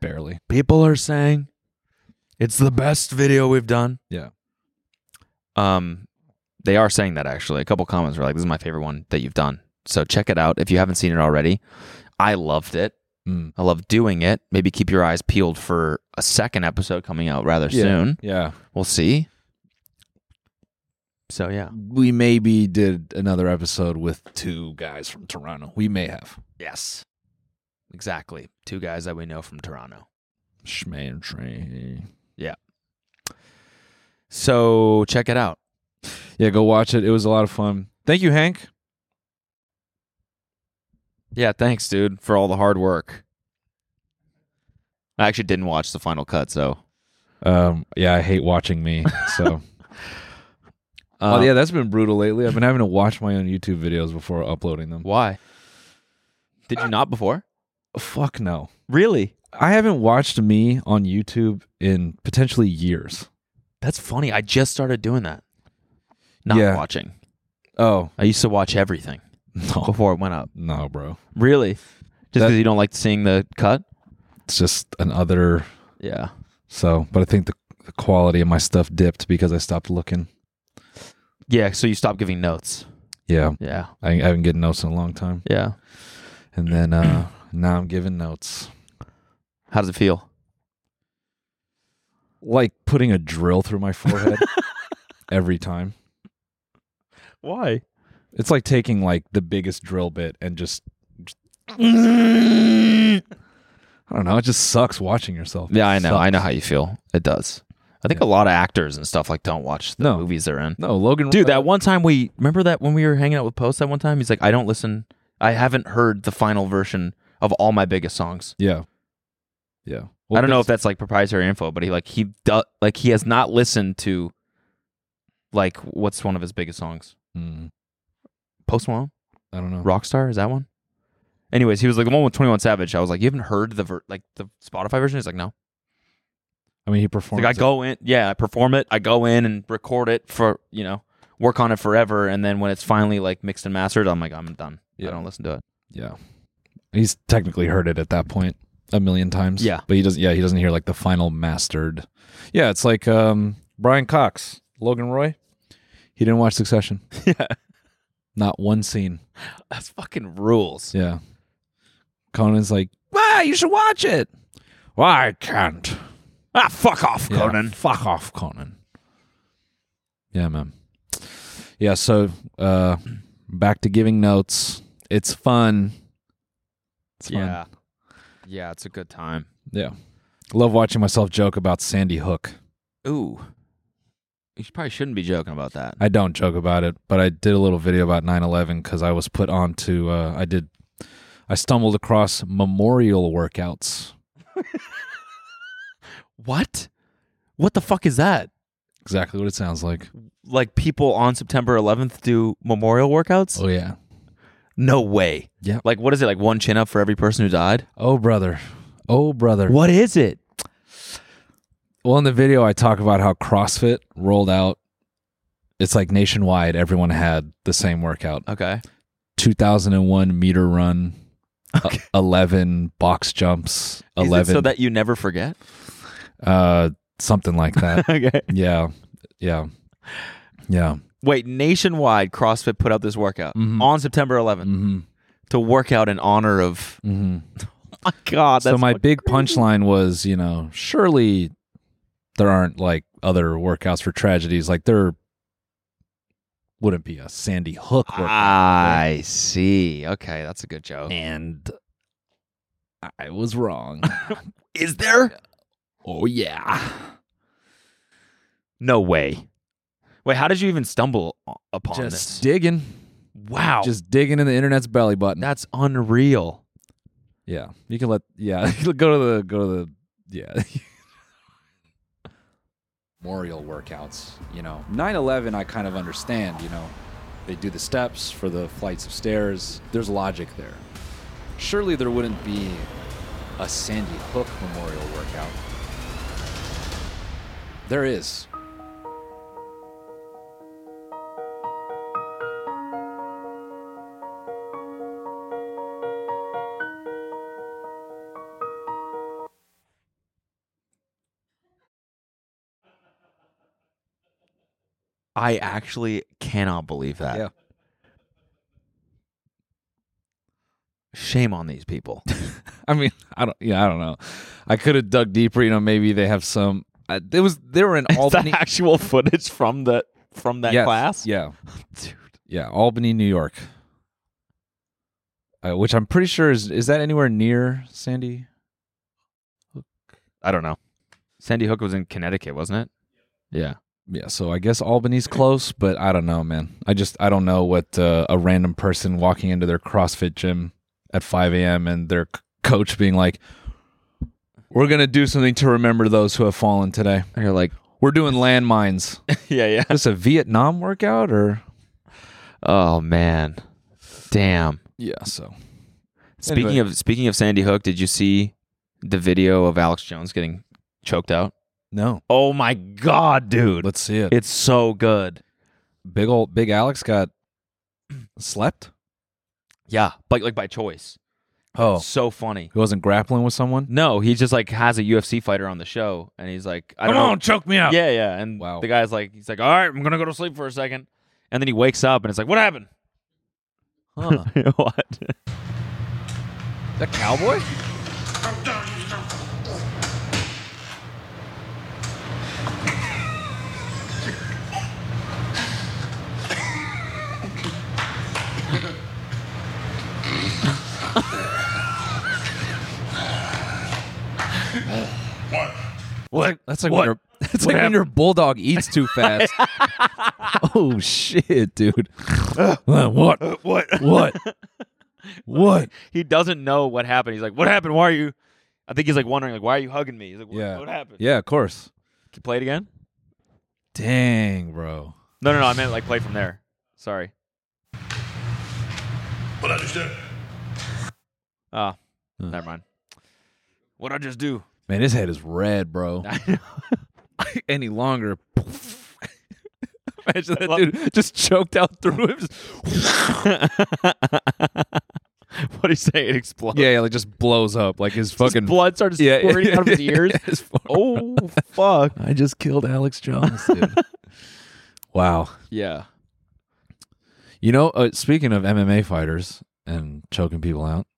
[SPEAKER 1] Barely.
[SPEAKER 2] People are saying it's the best video we've done.
[SPEAKER 1] Yeah.
[SPEAKER 2] Um, they are saying that actually. A couple comments were like, "This is my favorite one that you've done." So check it out if you haven't seen it already. I loved it.
[SPEAKER 1] Mm.
[SPEAKER 2] I love doing it. Maybe keep your eyes peeled for a second episode coming out rather
[SPEAKER 1] Yeah,
[SPEAKER 2] soon.
[SPEAKER 1] yeah.
[SPEAKER 2] we'll see. So yeah,
[SPEAKER 1] We maybe did another episode with two guys from Toronto. We may have.
[SPEAKER 2] yes, exactly. Two guys that we know from Toronto.
[SPEAKER 1] Schman train.
[SPEAKER 2] Yeah. So check it out.
[SPEAKER 1] Yeah, go watch it. It was a lot of fun. Thank you, Hank.
[SPEAKER 2] Yeah, thanks, dude, for all the hard work. I actually didn't watch the final cut, so
[SPEAKER 1] Um, yeah, I hate watching me. So,
[SPEAKER 2] Uh,
[SPEAKER 1] oh yeah, that's been brutal lately. I've been having to watch my own YouTube videos before uploading them.
[SPEAKER 2] Why? Did you not before?
[SPEAKER 1] Fuck no.
[SPEAKER 2] Really?
[SPEAKER 1] I haven't watched me on YouTube in potentially years.
[SPEAKER 2] That's funny. I just started doing that. Not
[SPEAKER 1] Yeah.
[SPEAKER 2] watching.
[SPEAKER 1] Oh,
[SPEAKER 2] I used to watch everything before it went up.
[SPEAKER 1] No, bro.
[SPEAKER 2] Really? Just
[SPEAKER 1] That-
[SPEAKER 2] because you don't like seeing the cut?
[SPEAKER 1] It's just another.
[SPEAKER 2] Yeah.
[SPEAKER 1] So, but I think the, the quality of my stuff dipped because I stopped looking.
[SPEAKER 2] Yeah. So you stop giving notes.
[SPEAKER 1] Yeah.
[SPEAKER 2] Yeah.
[SPEAKER 1] I, I haven't given notes in a long time.
[SPEAKER 2] Yeah.
[SPEAKER 1] And then uh now I'm giving notes.
[SPEAKER 2] How does it feel?
[SPEAKER 1] Like putting a drill through my forehead every time.
[SPEAKER 2] Why?
[SPEAKER 1] It's like taking like the biggest drill bit and just, I don't know, it just sucks watching yourself.
[SPEAKER 2] Yeah, I know. I know
[SPEAKER 1] Sucks.
[SPEAKER 2] how you feel. It does. I think a lot of actors and stuff like don't watch the movies they're in.
[SPEAKER 1] No, Logan
[SPEAKER 2] Dude, that one time we remember that when we were hanging out with Post that one time, he's like, I don't listen. I haven't heard the final version of all my biggest songs.
[SPEAKER 1] Yeah. Yeah.
[SPEAKER 2] I don't know if that's like proprietary info, but he like he do, like he has not listened to like what's one of his biggest songs?
[SPEAKER 1] Mm.
[SPEAKER 2] Post Malone?
[SPEAKER 1] I don't know.
[SPEAKER 2] Rockstar is that one? Anyways, he was like the one with 21 Savage. I was like, you haven't heard the ver- like the Spotify version? He's like, no.
[SPEAKER 1] I mean, he
[SPEAKER 2] It's
[SPEAKER 1] performed.
[SPEAKER 2] Like I go in, yeah, I perform it. I go in and record it for you know, work on it forever, and then when it's finally like mixed and mastered, I'm like, I'm done. I don't listen to it.
[SPEAKER 1] Yeah. He's technically heard it at that point a million times.
[SPEAKER 2] Yeah.
[SPEAKER 1] But he doesn't, yeah, he doesn't hear like the final mastered. Yeah. It's like um, Brian Cox, Logan Roy. He didn't watch Succession.
[SPEAKER 2] Yeah.
[SPEAKER 1] Not one scene.
[SPEAKER 2] That's fucking rules.
[SPEAKER 1] Yeah. Conan's like, ah, you should watch it. Well, I can't.
[SPEAKER 2] Ah, fuck off,
[SPEAKER 1] Yeah,
[SPEAKER 2] Conan.
[SPEAKER 1] Fuck off, Conan. Yeah, man. Yeah, so uh back to giving notes. It's fun. It's fun.
[SPEAKER 2] yeah, yeah, it's a good time.
[SPEAKER 1] Yeah. Love watching myself joke about Sandy Hook.
[SPEAKER 2] Ooh, you probably shouldn't be joking about that.
[SPEAKER 1] I don't joke about it, but I did a little video about 9/11 cuz I was put on to uh I did I stumbled across memorial workouts.
[SPEAKER 2] What? What the fuck is that?
[SPEAKER 1] Exactly what it sounds like.
[SPEAKER 2] Like people on September 11th do memorial workouts?
[SPEAKER 1] Oh yeah.
[SPEAKER 2] No way.
[SPEAKER 1] Yeah.
[SPEAKER 2] Like what is it? Like one chin up for every person who died?
[SPEAKER 1] Oh brother. Oh brother.
[SPEAKER 2] What is it?
[SPEAKER 1] Well, in the video, I talk about how CrossFit rolled out. It's like nationwide, everyone had the same workout
[SPEAKER 2] Okay.
[SPEAKER 1] 2001 meter run, uh, 11 box jumps,
[SPEAKER 2] Is it
[SPEAKER 1] 11,
[SPEAKER 2] so that you never forget?
[SPEAKER 1] uh, something like that.
[SPEAKER 2] Okay.
[SPEAKER 1] Yeah. Yeah. Yeah.
[SPEAKER 2] Wait, nationwide, CrossFit put out this workout
[SPEAKER 1] Mhm.
[SPEAKER 2] on September 11th to work out in honor of.
[SPEAKER 1] Mm-hmm.
[SPEAKER 2] my God, that's
[SPEAKER 1] so my
[SPEAKER 2] fuck-
[SPEAKER 1] big punchline was, you know, surely there aren't like other workouts for tragedies. Like there wouldn't be a Sandy Hook workout.
[SPEAKER 2] I see. Okay, that's a good joke.
[SPEAKER 1] and I was wrong.
[SPEAKER 2] is there?
[SPEAKER 1] oh yeah.
[SPEAKER 2] No way. Wait, how did you even stumble o- upon
[SPEAKER 1] Just
[SPEAKER 2] this?
[SPEAKER 1] digging.
[SPEAKER 2] Wow.
[SPEAKER 1] Just digging in the internet's belly button.
[SPEAKER 2] That's unreal.
[SPEAKER 1] Yeah. You can let yeah, go to the go to the yeah. Memorial workouts, you know. 9/11 I kind of understand, you know. They do the steps for the flights of stairs. There's logic there. Surely there wouldn't be a Sandy Hook memorial workout. There is.
[SPEAKER 2] I actually cannot believe that.
[SPEAKER 1] Yeah.
[SPEAKER 2] Shame on these people.
[SPEAKER 1] I mean, I don't. Yeah, I don't know. I could have dug deeper. You know, maybe they have some. Uh, there was they were in Albany.
[SPEAKER 2] actual footage from the from that
[SPEAKER 1] Yes,
[SPEAKER 2] class?
[SPEAKER 1] Yeah, yeah, Albany, New York. Uh, which I'm pretty sure is is that anywhere near Sandy?
[SPEAKER 2] I don't know. Sandy Hook was in Connecticut, wasn't it? Yeah.
[SPEAKER 1] Yeah, so I guess Albany's close, but I don't know, man. I just I don't know what uh, a random person walking into their CrossFit gym at 5 a.m. and their c- coach being like, "We're gonna do something to remember those who have fallen today."
[SPEAKER 2] And you're like,
[SPEAKER 1] "We're doing landmines."
[SPEAKER 2] yeah, yeah.
[SPEAKER 1] Is this a Vietnam workout or?
[SPEAKER 2] Oh man. Damn.
[SPEAKER 1] Yeah. So
[SPEAKER 2] Speaking
[SPEAKER 1] Anyway.
[SPEAKER 2] of speaking of Sandy Hook, did you see the video of Alex Jones getting choked out?
[SPEAKER 1] No.
[SPEAKER 2] Oh my god, dude.
[SPEAKER 1] Let's see it.
[SPEAKER 2] It's so good.
[SPEAKER 1] Big old Big Alex got slept.
[SPEAKER 2] Yeah, like like by choice.
[SPEAKER 1] Oh,
[SPEAKER 2] So funny.
[SPEAKER 1] he wasn't grappling with someone.
[SPEAKER 2] No, he just like has a UFC fighter on the show, and he's like, I
[SPEAKER 1] Come
[SPEAKER 2] don't know.
[SPEAKER 1] on, choke me out.
[SPEAKER 2] Yeah, yeah. And
[SPEAKER 1] Wow.
[SPEAKER 2] the guy's like, he's like, all right, I'm gonna go to sleep for a second, and then he wakes up and it's like, what happened?
[SPEAKER 1] Huh.
[SPEAKER 2] what?
[SPEAKER 1] the cowboy? What? That's like when your that's like when your bulldog eats too fast. oh shit, dude. Uh, what?
[SPEAKER 2] what?
[SPEAKER 1] What? what?
[SPEAKER 2] He doesn't know what happened. He's like, what happened? Why are you? I think he's like wondering, like, why are you hugging me? He's like, what,
[SPEAKER 1] Yeah.
[SPEAKER 2] what happened?
[SPEAKER 1] Yeah, of course.
[SPEAKER 2] Can you play it again?
[SPEAKER 1] Dang, bro.
[SPEAKER 2] No, no, no. I meant like play from there. Sorry.
[SPEAKER 3] But I just did.
[SPEAKER 2] Ah, never mind. What I just do?
[SPEAKER 1] Man, his head is red, bro.
[SPEAKER 2] I know.
[SPEAKER 1] Any longer. Imagine that
[SPEAKER 2] love-
[SPEAKER 1] dude just choked out through him.
[SPEAKER 2] what do you say? It explodes.
[SPEAKER 1] yeah, yeah, like just blows up. Like his
[SPEAKER 2] His
[SPEAKER 1] fucking
[SPEAKER 2] blood starts
[SPEAKER 1] Yeah.
[SPEAKER 2] squirting out of his ears.
[SPEAKER 1] His forearm.
[SPEAKER 2] oh fuck!
[SPEAKER 1] I just killed Alex Jones, dude. wow.
[SPEAKER 2] Yeah.
[SPEAKER 1] You know, uh, speaking of MMA fighters and choking people out,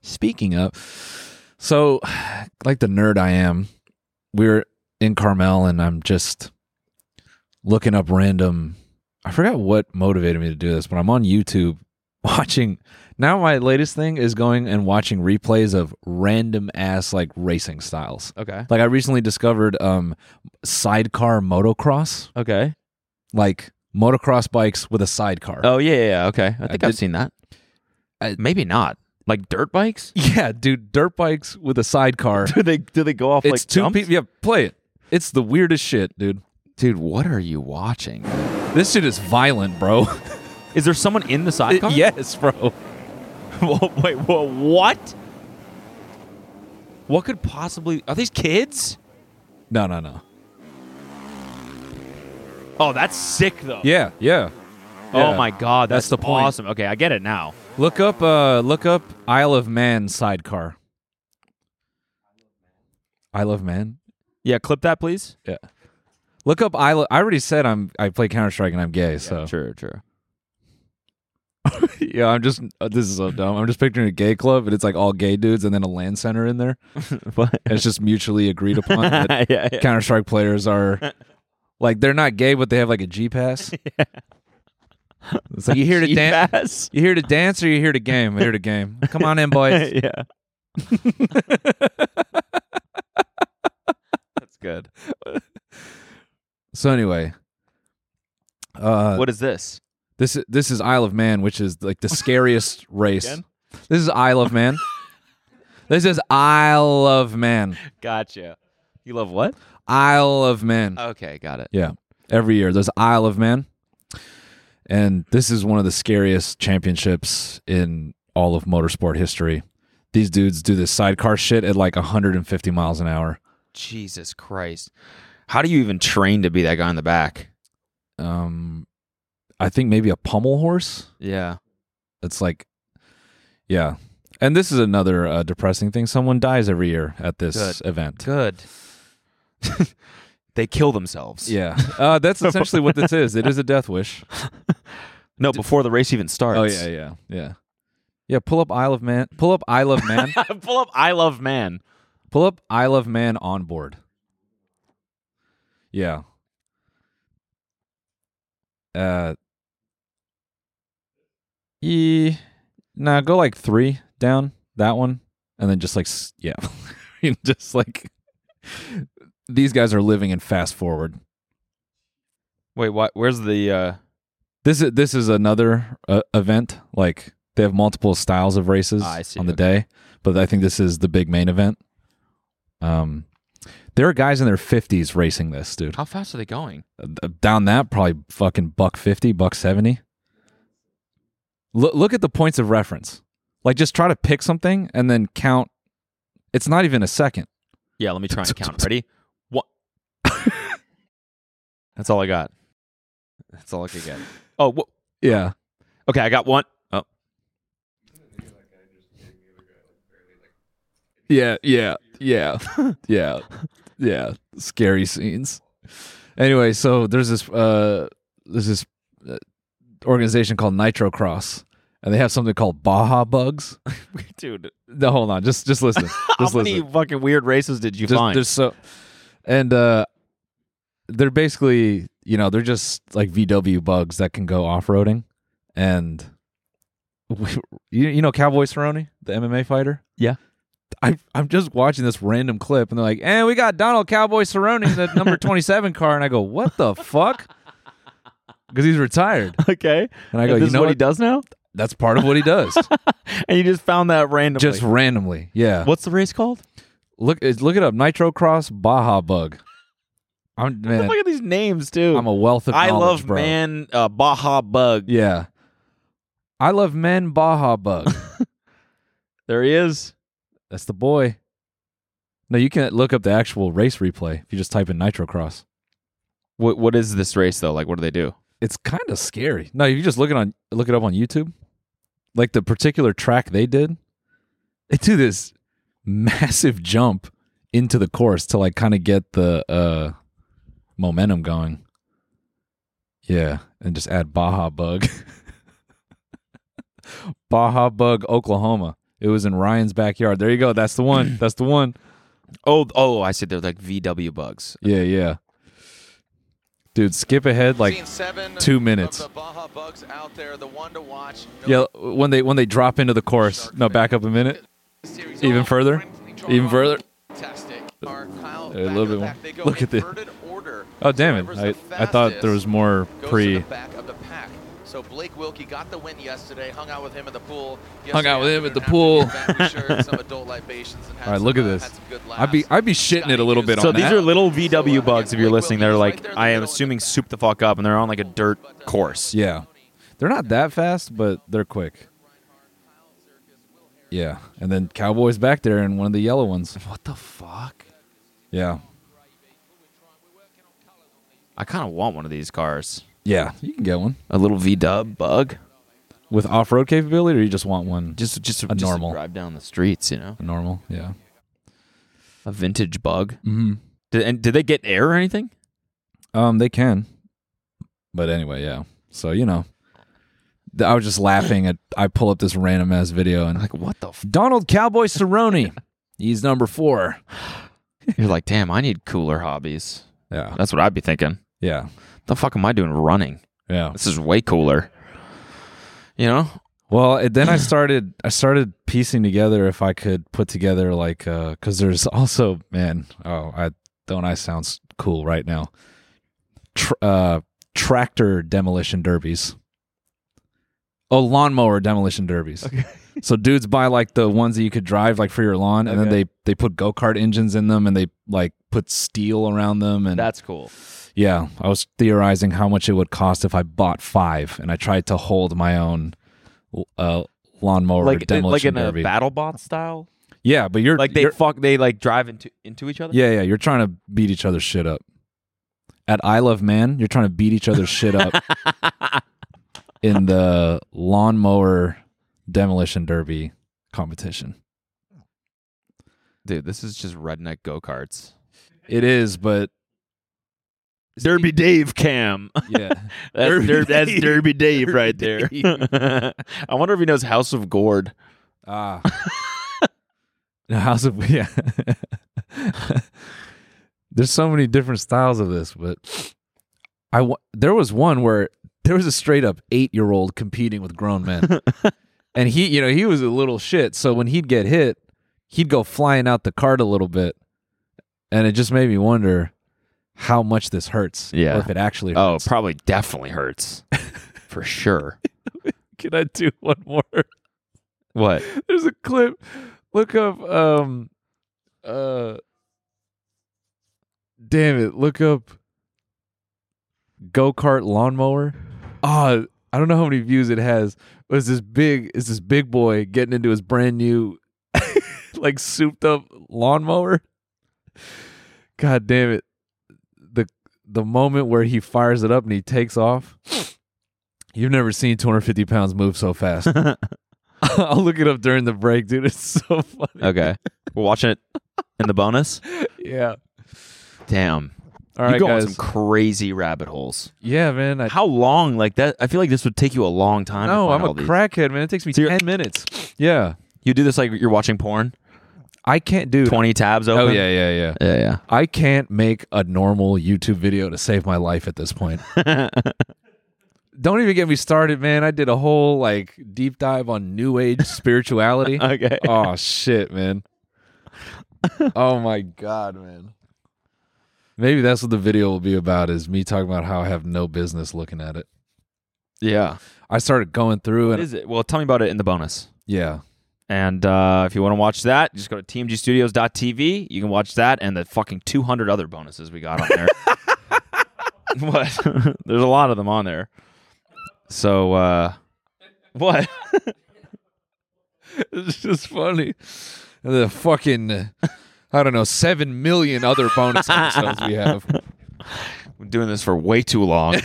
[SPEAKER 1] speaking of, so like the nerd I am, we we're in Carmel and I'm just looking up random. I forgot what motivated me to do this, but I'm on YouTube watching. Now, my latest thing is going and watching replays of random ass like racing styles.
[SPEAKER 2] Okay.
[SPEAKER 1] Like, I recently discovered um, sidecar motocross,
[SPEAKER 2] Okay.
[SPEAKER 1] like motocross bikes with a sidecar.
[SPEAKER 2] Oh yeah, yeah, yeah. Okay. I think I have
[SPEAKER 1] did-
[SPEAKER 2] seen that.
[SPEAKER 1] I-
[SPEAKER 2] Maybe not. Like dirt bikes?
[SPEAKER 1] Yeah, dude, dirt bikes with a sidecar.
[SPEAKER 2] Do they do they go off
[SPEAKER 1] it's
[SPEAKER 2] like
[SPEAKER 1] two
[SPEAKER 2] jumps?
[SPEAKER 1] people. Yeah, play it. It's the weirdest shit, dude.
[SPEAKER 2] Dude, what are you watching?
[SPEAKER 1] This shit is violent, bro.
[SPEAKER 2] Is there someone in the sidecar?
[SPEAKER 1] yes, bro.
[SPEAKER 2] Whoa, Wait, whoa, what? What could possibly? Are these kids?
[SPEAKER 1] No, no, no.
[SPEAKER 2] Oh, that's sick though.
[SPEAKER 1] Yeah, yeah.
[SPEAKER 2] Oh
[SPEAKER 1] yeah.
[SPEAKER 2] my god, that's,
[SPEAKER 1] That's the point.
[SPEAKER 2] awesome. Okay, I get it now.
[SPEAKER 1] Look up, uh, look up Isle of Man sidecar. Isle of Man.
[SPEAKER 2] Yeah, clip that, please.
[SPEAKER 1] Yeah. Look up Isle. I already said I'm. I play Counter Strike and I'm gay. so
[SPEAKER 2] True, true.
[SPEAKER 1] yeah, I'm just. uh, this is so dumb. I'm just picturing a gay club and it's like all gay dudes and then a land center in there.
[SPEAKER 2] What?
[SPEAKER 1] And it's just mutually agreed upon. that
[SPEAKER 2] yeah, yeah.
[SPEAKER 1] Counter Strike players are like they're not gay, but they have like a G pass. It's like you here to dance,
[SPEAKER 2] Yes.
[SPEAKER 1] you here to dance, or you here to game. Here to game. Come on in, boys.
[SPEAKER 2] yeah. that's good.
[SPEAKER 1] So anyway, uh,
[SPEAKER 2] What is this?
[SPEAKER 1] This i- this is Isle of Man, which is like the scariest race.
[SPEAKER 2] Again?
[SPEAKER 1] This is Isle of Man. this is Isle of Man.
[SPEAKER 2] Gotcha. You love what?
[SPEAKER 1] Isle of Man.
[SPEAKER 2] Okay, got it.
[SPEAKER 1] Yeah, every year there's Isle of Man, and this is one of the scariest championships in all of motorsport history. These dudes do this sidecar shit at like 150 miles an hour.
[SPEAKER 2] Jesus Christ. How do you even train to be that guy in the back?
[SPEAKER 1] Um, I think maybe a pommel horse.
[SPEAKER 2] Yeah.
[SPEAKER 1] It's like, yeah. And this is another uh, depressing thing. Someone dies every year at this
[SPEAKER 2] Good.
[SPEAKER 1] event.
[SPEAKER 2] Good. they kill themselves.
[SPEAKER 1] Yeah. Uh, that's essentially what this is. It is a death wish.
[SPEAKER 2] No, before the race even starts.
[SPEAKER 1] Oh yeah, yeah, yeah, yeah. Pull up Isle of Man. Pull up Isle of Man.
[SPEAKER 2] Pull up I Love Man.
[SPEAKER 1] pull up Isle of Man on board. Yeah. Uh. E. Nah, go like three down that one, and then just like s- yeah, just like these guys are living in fast forward.
[SPEAKER 2] Wait, what where's the uh
[SPEAKER 1] This is this is another uh, event. Like they have multiple styles of races
[SPEAKER 2] Ah, I see,
[SPEAKER 1] on the day, but I think this is the big main event. Um, there are guys in their fifties racing this, dude.
[SPEAKER 2] how fast are they going?
[SPEAKER 1] Uh, Down that probably fucking buck fifty, buck seventy. Look look at the points of reference. Like just try to pick something and then count. It's not even a second.
[SPEAKER 2] Yeah, let me try and count. Ready? What That's all I got. That's all I could get. Oh wha-
[SPEAKER 1] Yeah.
[SPEAKER 2] okay, I got one. Oh.
[SPEAKER 1] Yeah, yeah, yeah, yeah, yeah. Scary scenes. Anyway, so there's this uh, there's this uh, organization called Nitro Cross, and they have something called Baja Bugs.
[SPEAKER 2] Dude.
[SPEAKER 1] no, hold on, just just listen.
[SPEAKER 2] How
[SPEAKER 1] Just
[SPEAKER 2] many
[SPEAKER 1] listen.
[SPEAKER 2] fucking weird races did you
[SPEAKER 1] Just-
[SPEAKER 2] find?
[SPEAKER 1] there's so, and uh, they're basically you know they're just like VW bugs that can go off roading, and we, you you know Cowboy Cerrone, the MMA fighter.
[SPEAKER 2] Yeah.
[SPEAKER 1] I, I'm just watching this random clip, and they're like, "And we got Donald Cowboy Cerrone in the number 27 car," and I go, "What the fuck?" Because he's retired.
[SPEAKER 2] okay.
[SPEAKER 1] And I go,
[SPEAKER 2] this
[SPEAKER 1] "You
[SPEAKER 2] is
[SPEAKER 1] know
[SPEAKER 2] what, he
[SPEAKER 1] what?
[SPEAKER 2] does now?
[SPEAKER 1] That's part of what he does,
[SPEAKER 2] And you just found that randomly.
[SPEAKER 1] just randomly. Yeah.
[SPEAKER 2] What's the race called?
[SPEAKER 1] Look, it- look it up. Nitro Cross Baja Bug. I'm man.
[SPEAKER 2] Look at these names, too.
[SPEAKER 1] I'm a wealth of
[SPEAKER 2] I
[SPEAKER 1] knowledge,
[SPEAKER 2] love
[SPEAKER 1] bro.
[SPEAKER 2] man uh, Baja Bug.
[SPEAKER 1] Yeah. I love men Baja Bug.
[SPEAKER 2] There he is.
[SPEAKER 1] That's the boy. No, you can look up the actual race replay if you just type in nitrocross.
[SPEAKER 2] What what is this race though? Like what do they do?
[SPEAKER 1] It's kind of scary. No, you just look it on look it up on YouTube. Like the particular track they did, they do this massive jump into the course to like kind of get the uh momentum going. Yeah, and just add Baja Bug. Baja Bug, Oklahoma. It was in Ryan's backyard. There you go. That's the one. That's the one.
[SPEAKER 2] Oh oh I see they're like VW bugs.
[SPEAKER 1] Yeah, yeah. Dude, skip ahead like
[SPEAKER 13] Seen seven
[SPEAKER 1] two
[SPEAKER 13] of
[SPEAKER 1] minutes.
[SPEAKER 13] the Baja Bugs out there, the one to watch.
[SPEAKER 1] Yeah, when they when they drop into the course. No, back up a minute. Even further. Even further.
[SPEAKER 13] Fantastic. Are
[SPEAKER 1] A
[SPEAKER 13] Kyle
[SPEAKER 1] little bit more.
[SPEAKER 13] They go
[SPEAKER 1] Look at this.
[SPEAKER 13] inverted order.
[SPEAKER 1] Oh damn it!
[SPEAKER 13] Whoever's
[SPEAKER 1] I,
[SPEAKER 13] the
[SPEAKER 1] I thought there was more
[SPEAKER 13] fastest goes to
[SPEAKER 1] pre.
[SPEAKER 13] the back of the pack. So Blake Wilkie got the win yesterday. Hung out with him in the pool.
[SPEAKER 1] Hung out with him at the
[SPEAKER 13] afternoon
[SPEAKER 1] pool.
[SPEAKER 13] after the event, we shared some adult libations and had
[SPEAKER 1] All right, look at
[SPEAKER 13] some, uh,
[SPEAKER 1] this.
[SPEAKER 13] had some good
[SPEAKER 1] I'd be I'd be shitting it a little bit
[SPEAKER 2] So
[SPEAKER 1] on
[SPEAKER 2] these
[SPEAKER 1] that.
[SPEAKER 2] are little VW bugs if you're listening. They're like I am assuming soup the fuck up and they're on like a dirt course.
[SPEAKER 1] yeah, they're not that fast, but they're quick. Yeah, and then Cowboys back there in one of the yellow ones. What the fuck? Yeah,
[SPEAKER 2] I kind of want one of these cars.
[SPEAKER 1] yeah, you can get one
[SPEAKER 2] A little VW bug
[SPEAKER 1] with off-road capability, or you just want one
[SPEAKER 2] just just
[SPEAKER 1] a
[SPEAKER 2] just to
[SPEAKER 1] normal
[SPEAKER 2] drive down the streets, you know.
[SPEAKER 1] a normal. Yeah,
[SPEAKER 2] A vintage bug.
[SPEAKER 1] mm-hmm.
[SPEAKER 2] Did, and did they get air or anything?
[SPEAKER 1] Um, they can. But anyway, yeah. So you know, Th- I was just laughing at. I pull up this random ass video and
[SPEAKER 2] Like what the f-
[SPEAKER 1] Donald Cowboy Cerrone. He's number four.
[SPEAKER 2] You're like, "Damn, I need cooler hobbies."
[SPEAKER 1] Yeah,
[SPEAKER 2] That's what I'd be thinking.
[SPEAKER 1] yeah,
[SPEAKER 2] The fuck am I doing running?
[SPEAKER 1] yeah.
[SPEAKER 2] This is way cooler. You know?
[SPEAKER 1] Well, and then I started. I started piecing together if I could put together like uh, because there's also man. Oh, I don't. I sound s- cool right now. tr- uh, tractor demolition derbies. Oh, lawnmower demolition derbies. so dudes buy like the ones that you could drive like for your lawn, and then
[SPEAKER 2] Okay.
[SPEAKER 1] they they put go kart engines in them, and they like put steel around them, and
[SPEAKER 2] That's cool.
[SPEAKER 1] yeah, I was theorizing how much it would cost if I bought five, and I tried to hold my own uh, lawnmower
[SPEAKER 2] like like
[SPEAKER 1] demolition
[SPEAKER 2] in a
[SPEAKER 1] derby.
[SPEAKER 2] battle bot style.
[SPEAKER 1] Yeah, but you're
[SPEAKER 2] Like they
[SPEAKER 1] you're-
[SPEAKER 2] fuck, they like drive into into each other.
[SPEAKER 1] yeah, yeah, you're trying to beat each other's shit up. At I Love Man, you're trying to beat each other's shit up in the lawnmower demolition derby competition.
[SPEAKER 2] dude, this is just redneck go karts.
[SPEAKER 1] It is, but
[SPEAKER 2] Derby Dave Cam.
[SPEAKER 1] Yeah,
[SPEAKER 2] that's
[SPEAKER 1] Derby
[SPEAKER 2] Derby, that's
[SPEAKER 1] Dave.
[SPEAKER 2] Derby Dave right there.
[SPEAKER 1] Derby
[SPEAKER 2] I wonder if he knows House of Gourd.
[SPEAKER 1] Ah. The House of yeah. There's so many different styles of this, but I wa- there was one where there was a straight up eight year old competing with grown men, and he you know he was a little shit. So when he'd get hit, he'd go flying out the cart a little bit, and it just made me wonder how much this hurts.
[SPEAKER 2] Yeah.
[SPEAKER 1] or if it actually
[SPEAKER 2] Oh,
[SPEAKER 1] hurts.
[SPEAKER 2] probably definitely hurts for sure.
[SPEAKER 1] Can I do one more?
[SPEAKER 2] What?
[SPEAKER 1] There's a clip. Look up um uh damn it, look up go-kart lawnmower. Ah, I don't know how many views it has. But it's this big it's this big boy getting into his brand new like souped up lawnmower. God damn it. The the moment where he fires it up and he takes off. You've never seen 250 pounds move so fast. I'll look it up during the break, dude. It's so funny.
[SPEAKER 2] Okay, we're watching it in the bonus.
[SPEAKER 1] Yeah.
[SPEAKER 2] Damn.
[SPEAKER 1] All
[SPEAKER 2] you
[SPEAKER 1] right,
[SPEAKER 2] go on
[SPEAKER 1] guys.
[SPEAKER 2] some crazy rabbit holes.
[SPEAKER 1] Yeah, man. I,
[SPEAKER 2] How long? Like that? I feel like this would take you a long time. to
[SPEAKER 1] no,
[SPEAKER 2] find
[SPEAKER 1] I'm a
[SPEAKER 2] all these.
[SPEAKER 1] crackhead, man. It takes me
[SPEAKER 2] So you're-
[SPEAKER 1] 10 minutes. Yeah.
[SPEAKER 2] You do this like you're watching porn.
[SPEAKER 1] I can't do
[SPEAKER 2] Twenty tabs open.
[SPEAKER 1] Oh, yeah, yeah, yeah.
[SPEAKER 2] yeah, yeah.
[SPEAKER 1] I can't make a normal YouTube video to save my life at this point. Don't even get me started, man. I did a whole like deep dive on new age spirituality.
[SPEAKER 2] Okay.
[SPEAKER 1] Oh shit, man. oh my god, man. Maybe that's what the video will be about is me talking about how I have no business looking at it.
[SPEAKER 2] Yeah.
[SPEAKER 1] I started going through
[SPEAKER 2] What
[SPEAKER 1] and
[SPEAKER 2] is it? Well, tell me about it in the bonus.
[SPEAKER 1] yeah.
[SPEAKER 2] And uh, if you want to watch that, just go to tmgstudios.tv. You can watch that and the fucking 200 other bonuses we got on there. what? There's a lot of them on there. So, uh, what?
[SPEAKER 1] it's just funny. The fucking uh, I don't know, 7 million other bonus episodes we have.
[SPEAKER 2] We're doing this for way too long.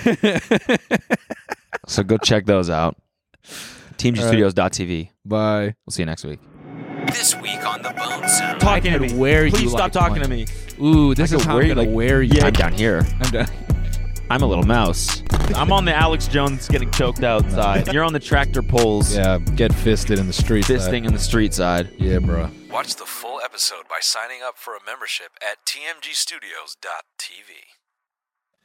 [SPEAKER 2] so go check those out. tmgstudios.tv.
[SPEAKER 1] Bye.
[SPEAKER 2] We'll see you next week.
[SPEAKER 3] This week on the Bone Zone.
[SPEAKER 2] Talking
[SPEAKER 1] I
[SPEAKER 2] to
[SPEAKER 1] could
[SPEAKER 2] me.
[SPEAKER 1] wear you
[SPEAKER 2] Please stop
[SPEAKER 1] like
[SPEAKER 2] talking
[SPEAKER 1] one.
[SPEAKER 2] to me.
[SPEAKER 1] Ooh, this
[SPEAKER 2] I
[SPEAKER 1] is
[SPEAKER 2] could
[SPEAKER 1] how I'm
[SPEAKER 2] wear you
[SPEAKER 1] gonna
[SPEAKER 2] like-
[SPEAKER 1] wear you.
[SPEAKER 2] Yeah, I'm down here.
[SPEAKER 1] I'm done.
[SPEAKER 2] I'm a little mouse. I'm on the Alex Jones getting choked outside. You're on the tractor poles.
[SPEAKER 1] Yeah, get fisted in the streets.
[SPEAKER 2] This thing in the street side.
[SPEAKER 1] Yeah, bro.
[SPEAKER 14] Watch the full episode by signing up for a membership at tmgstudios.tv.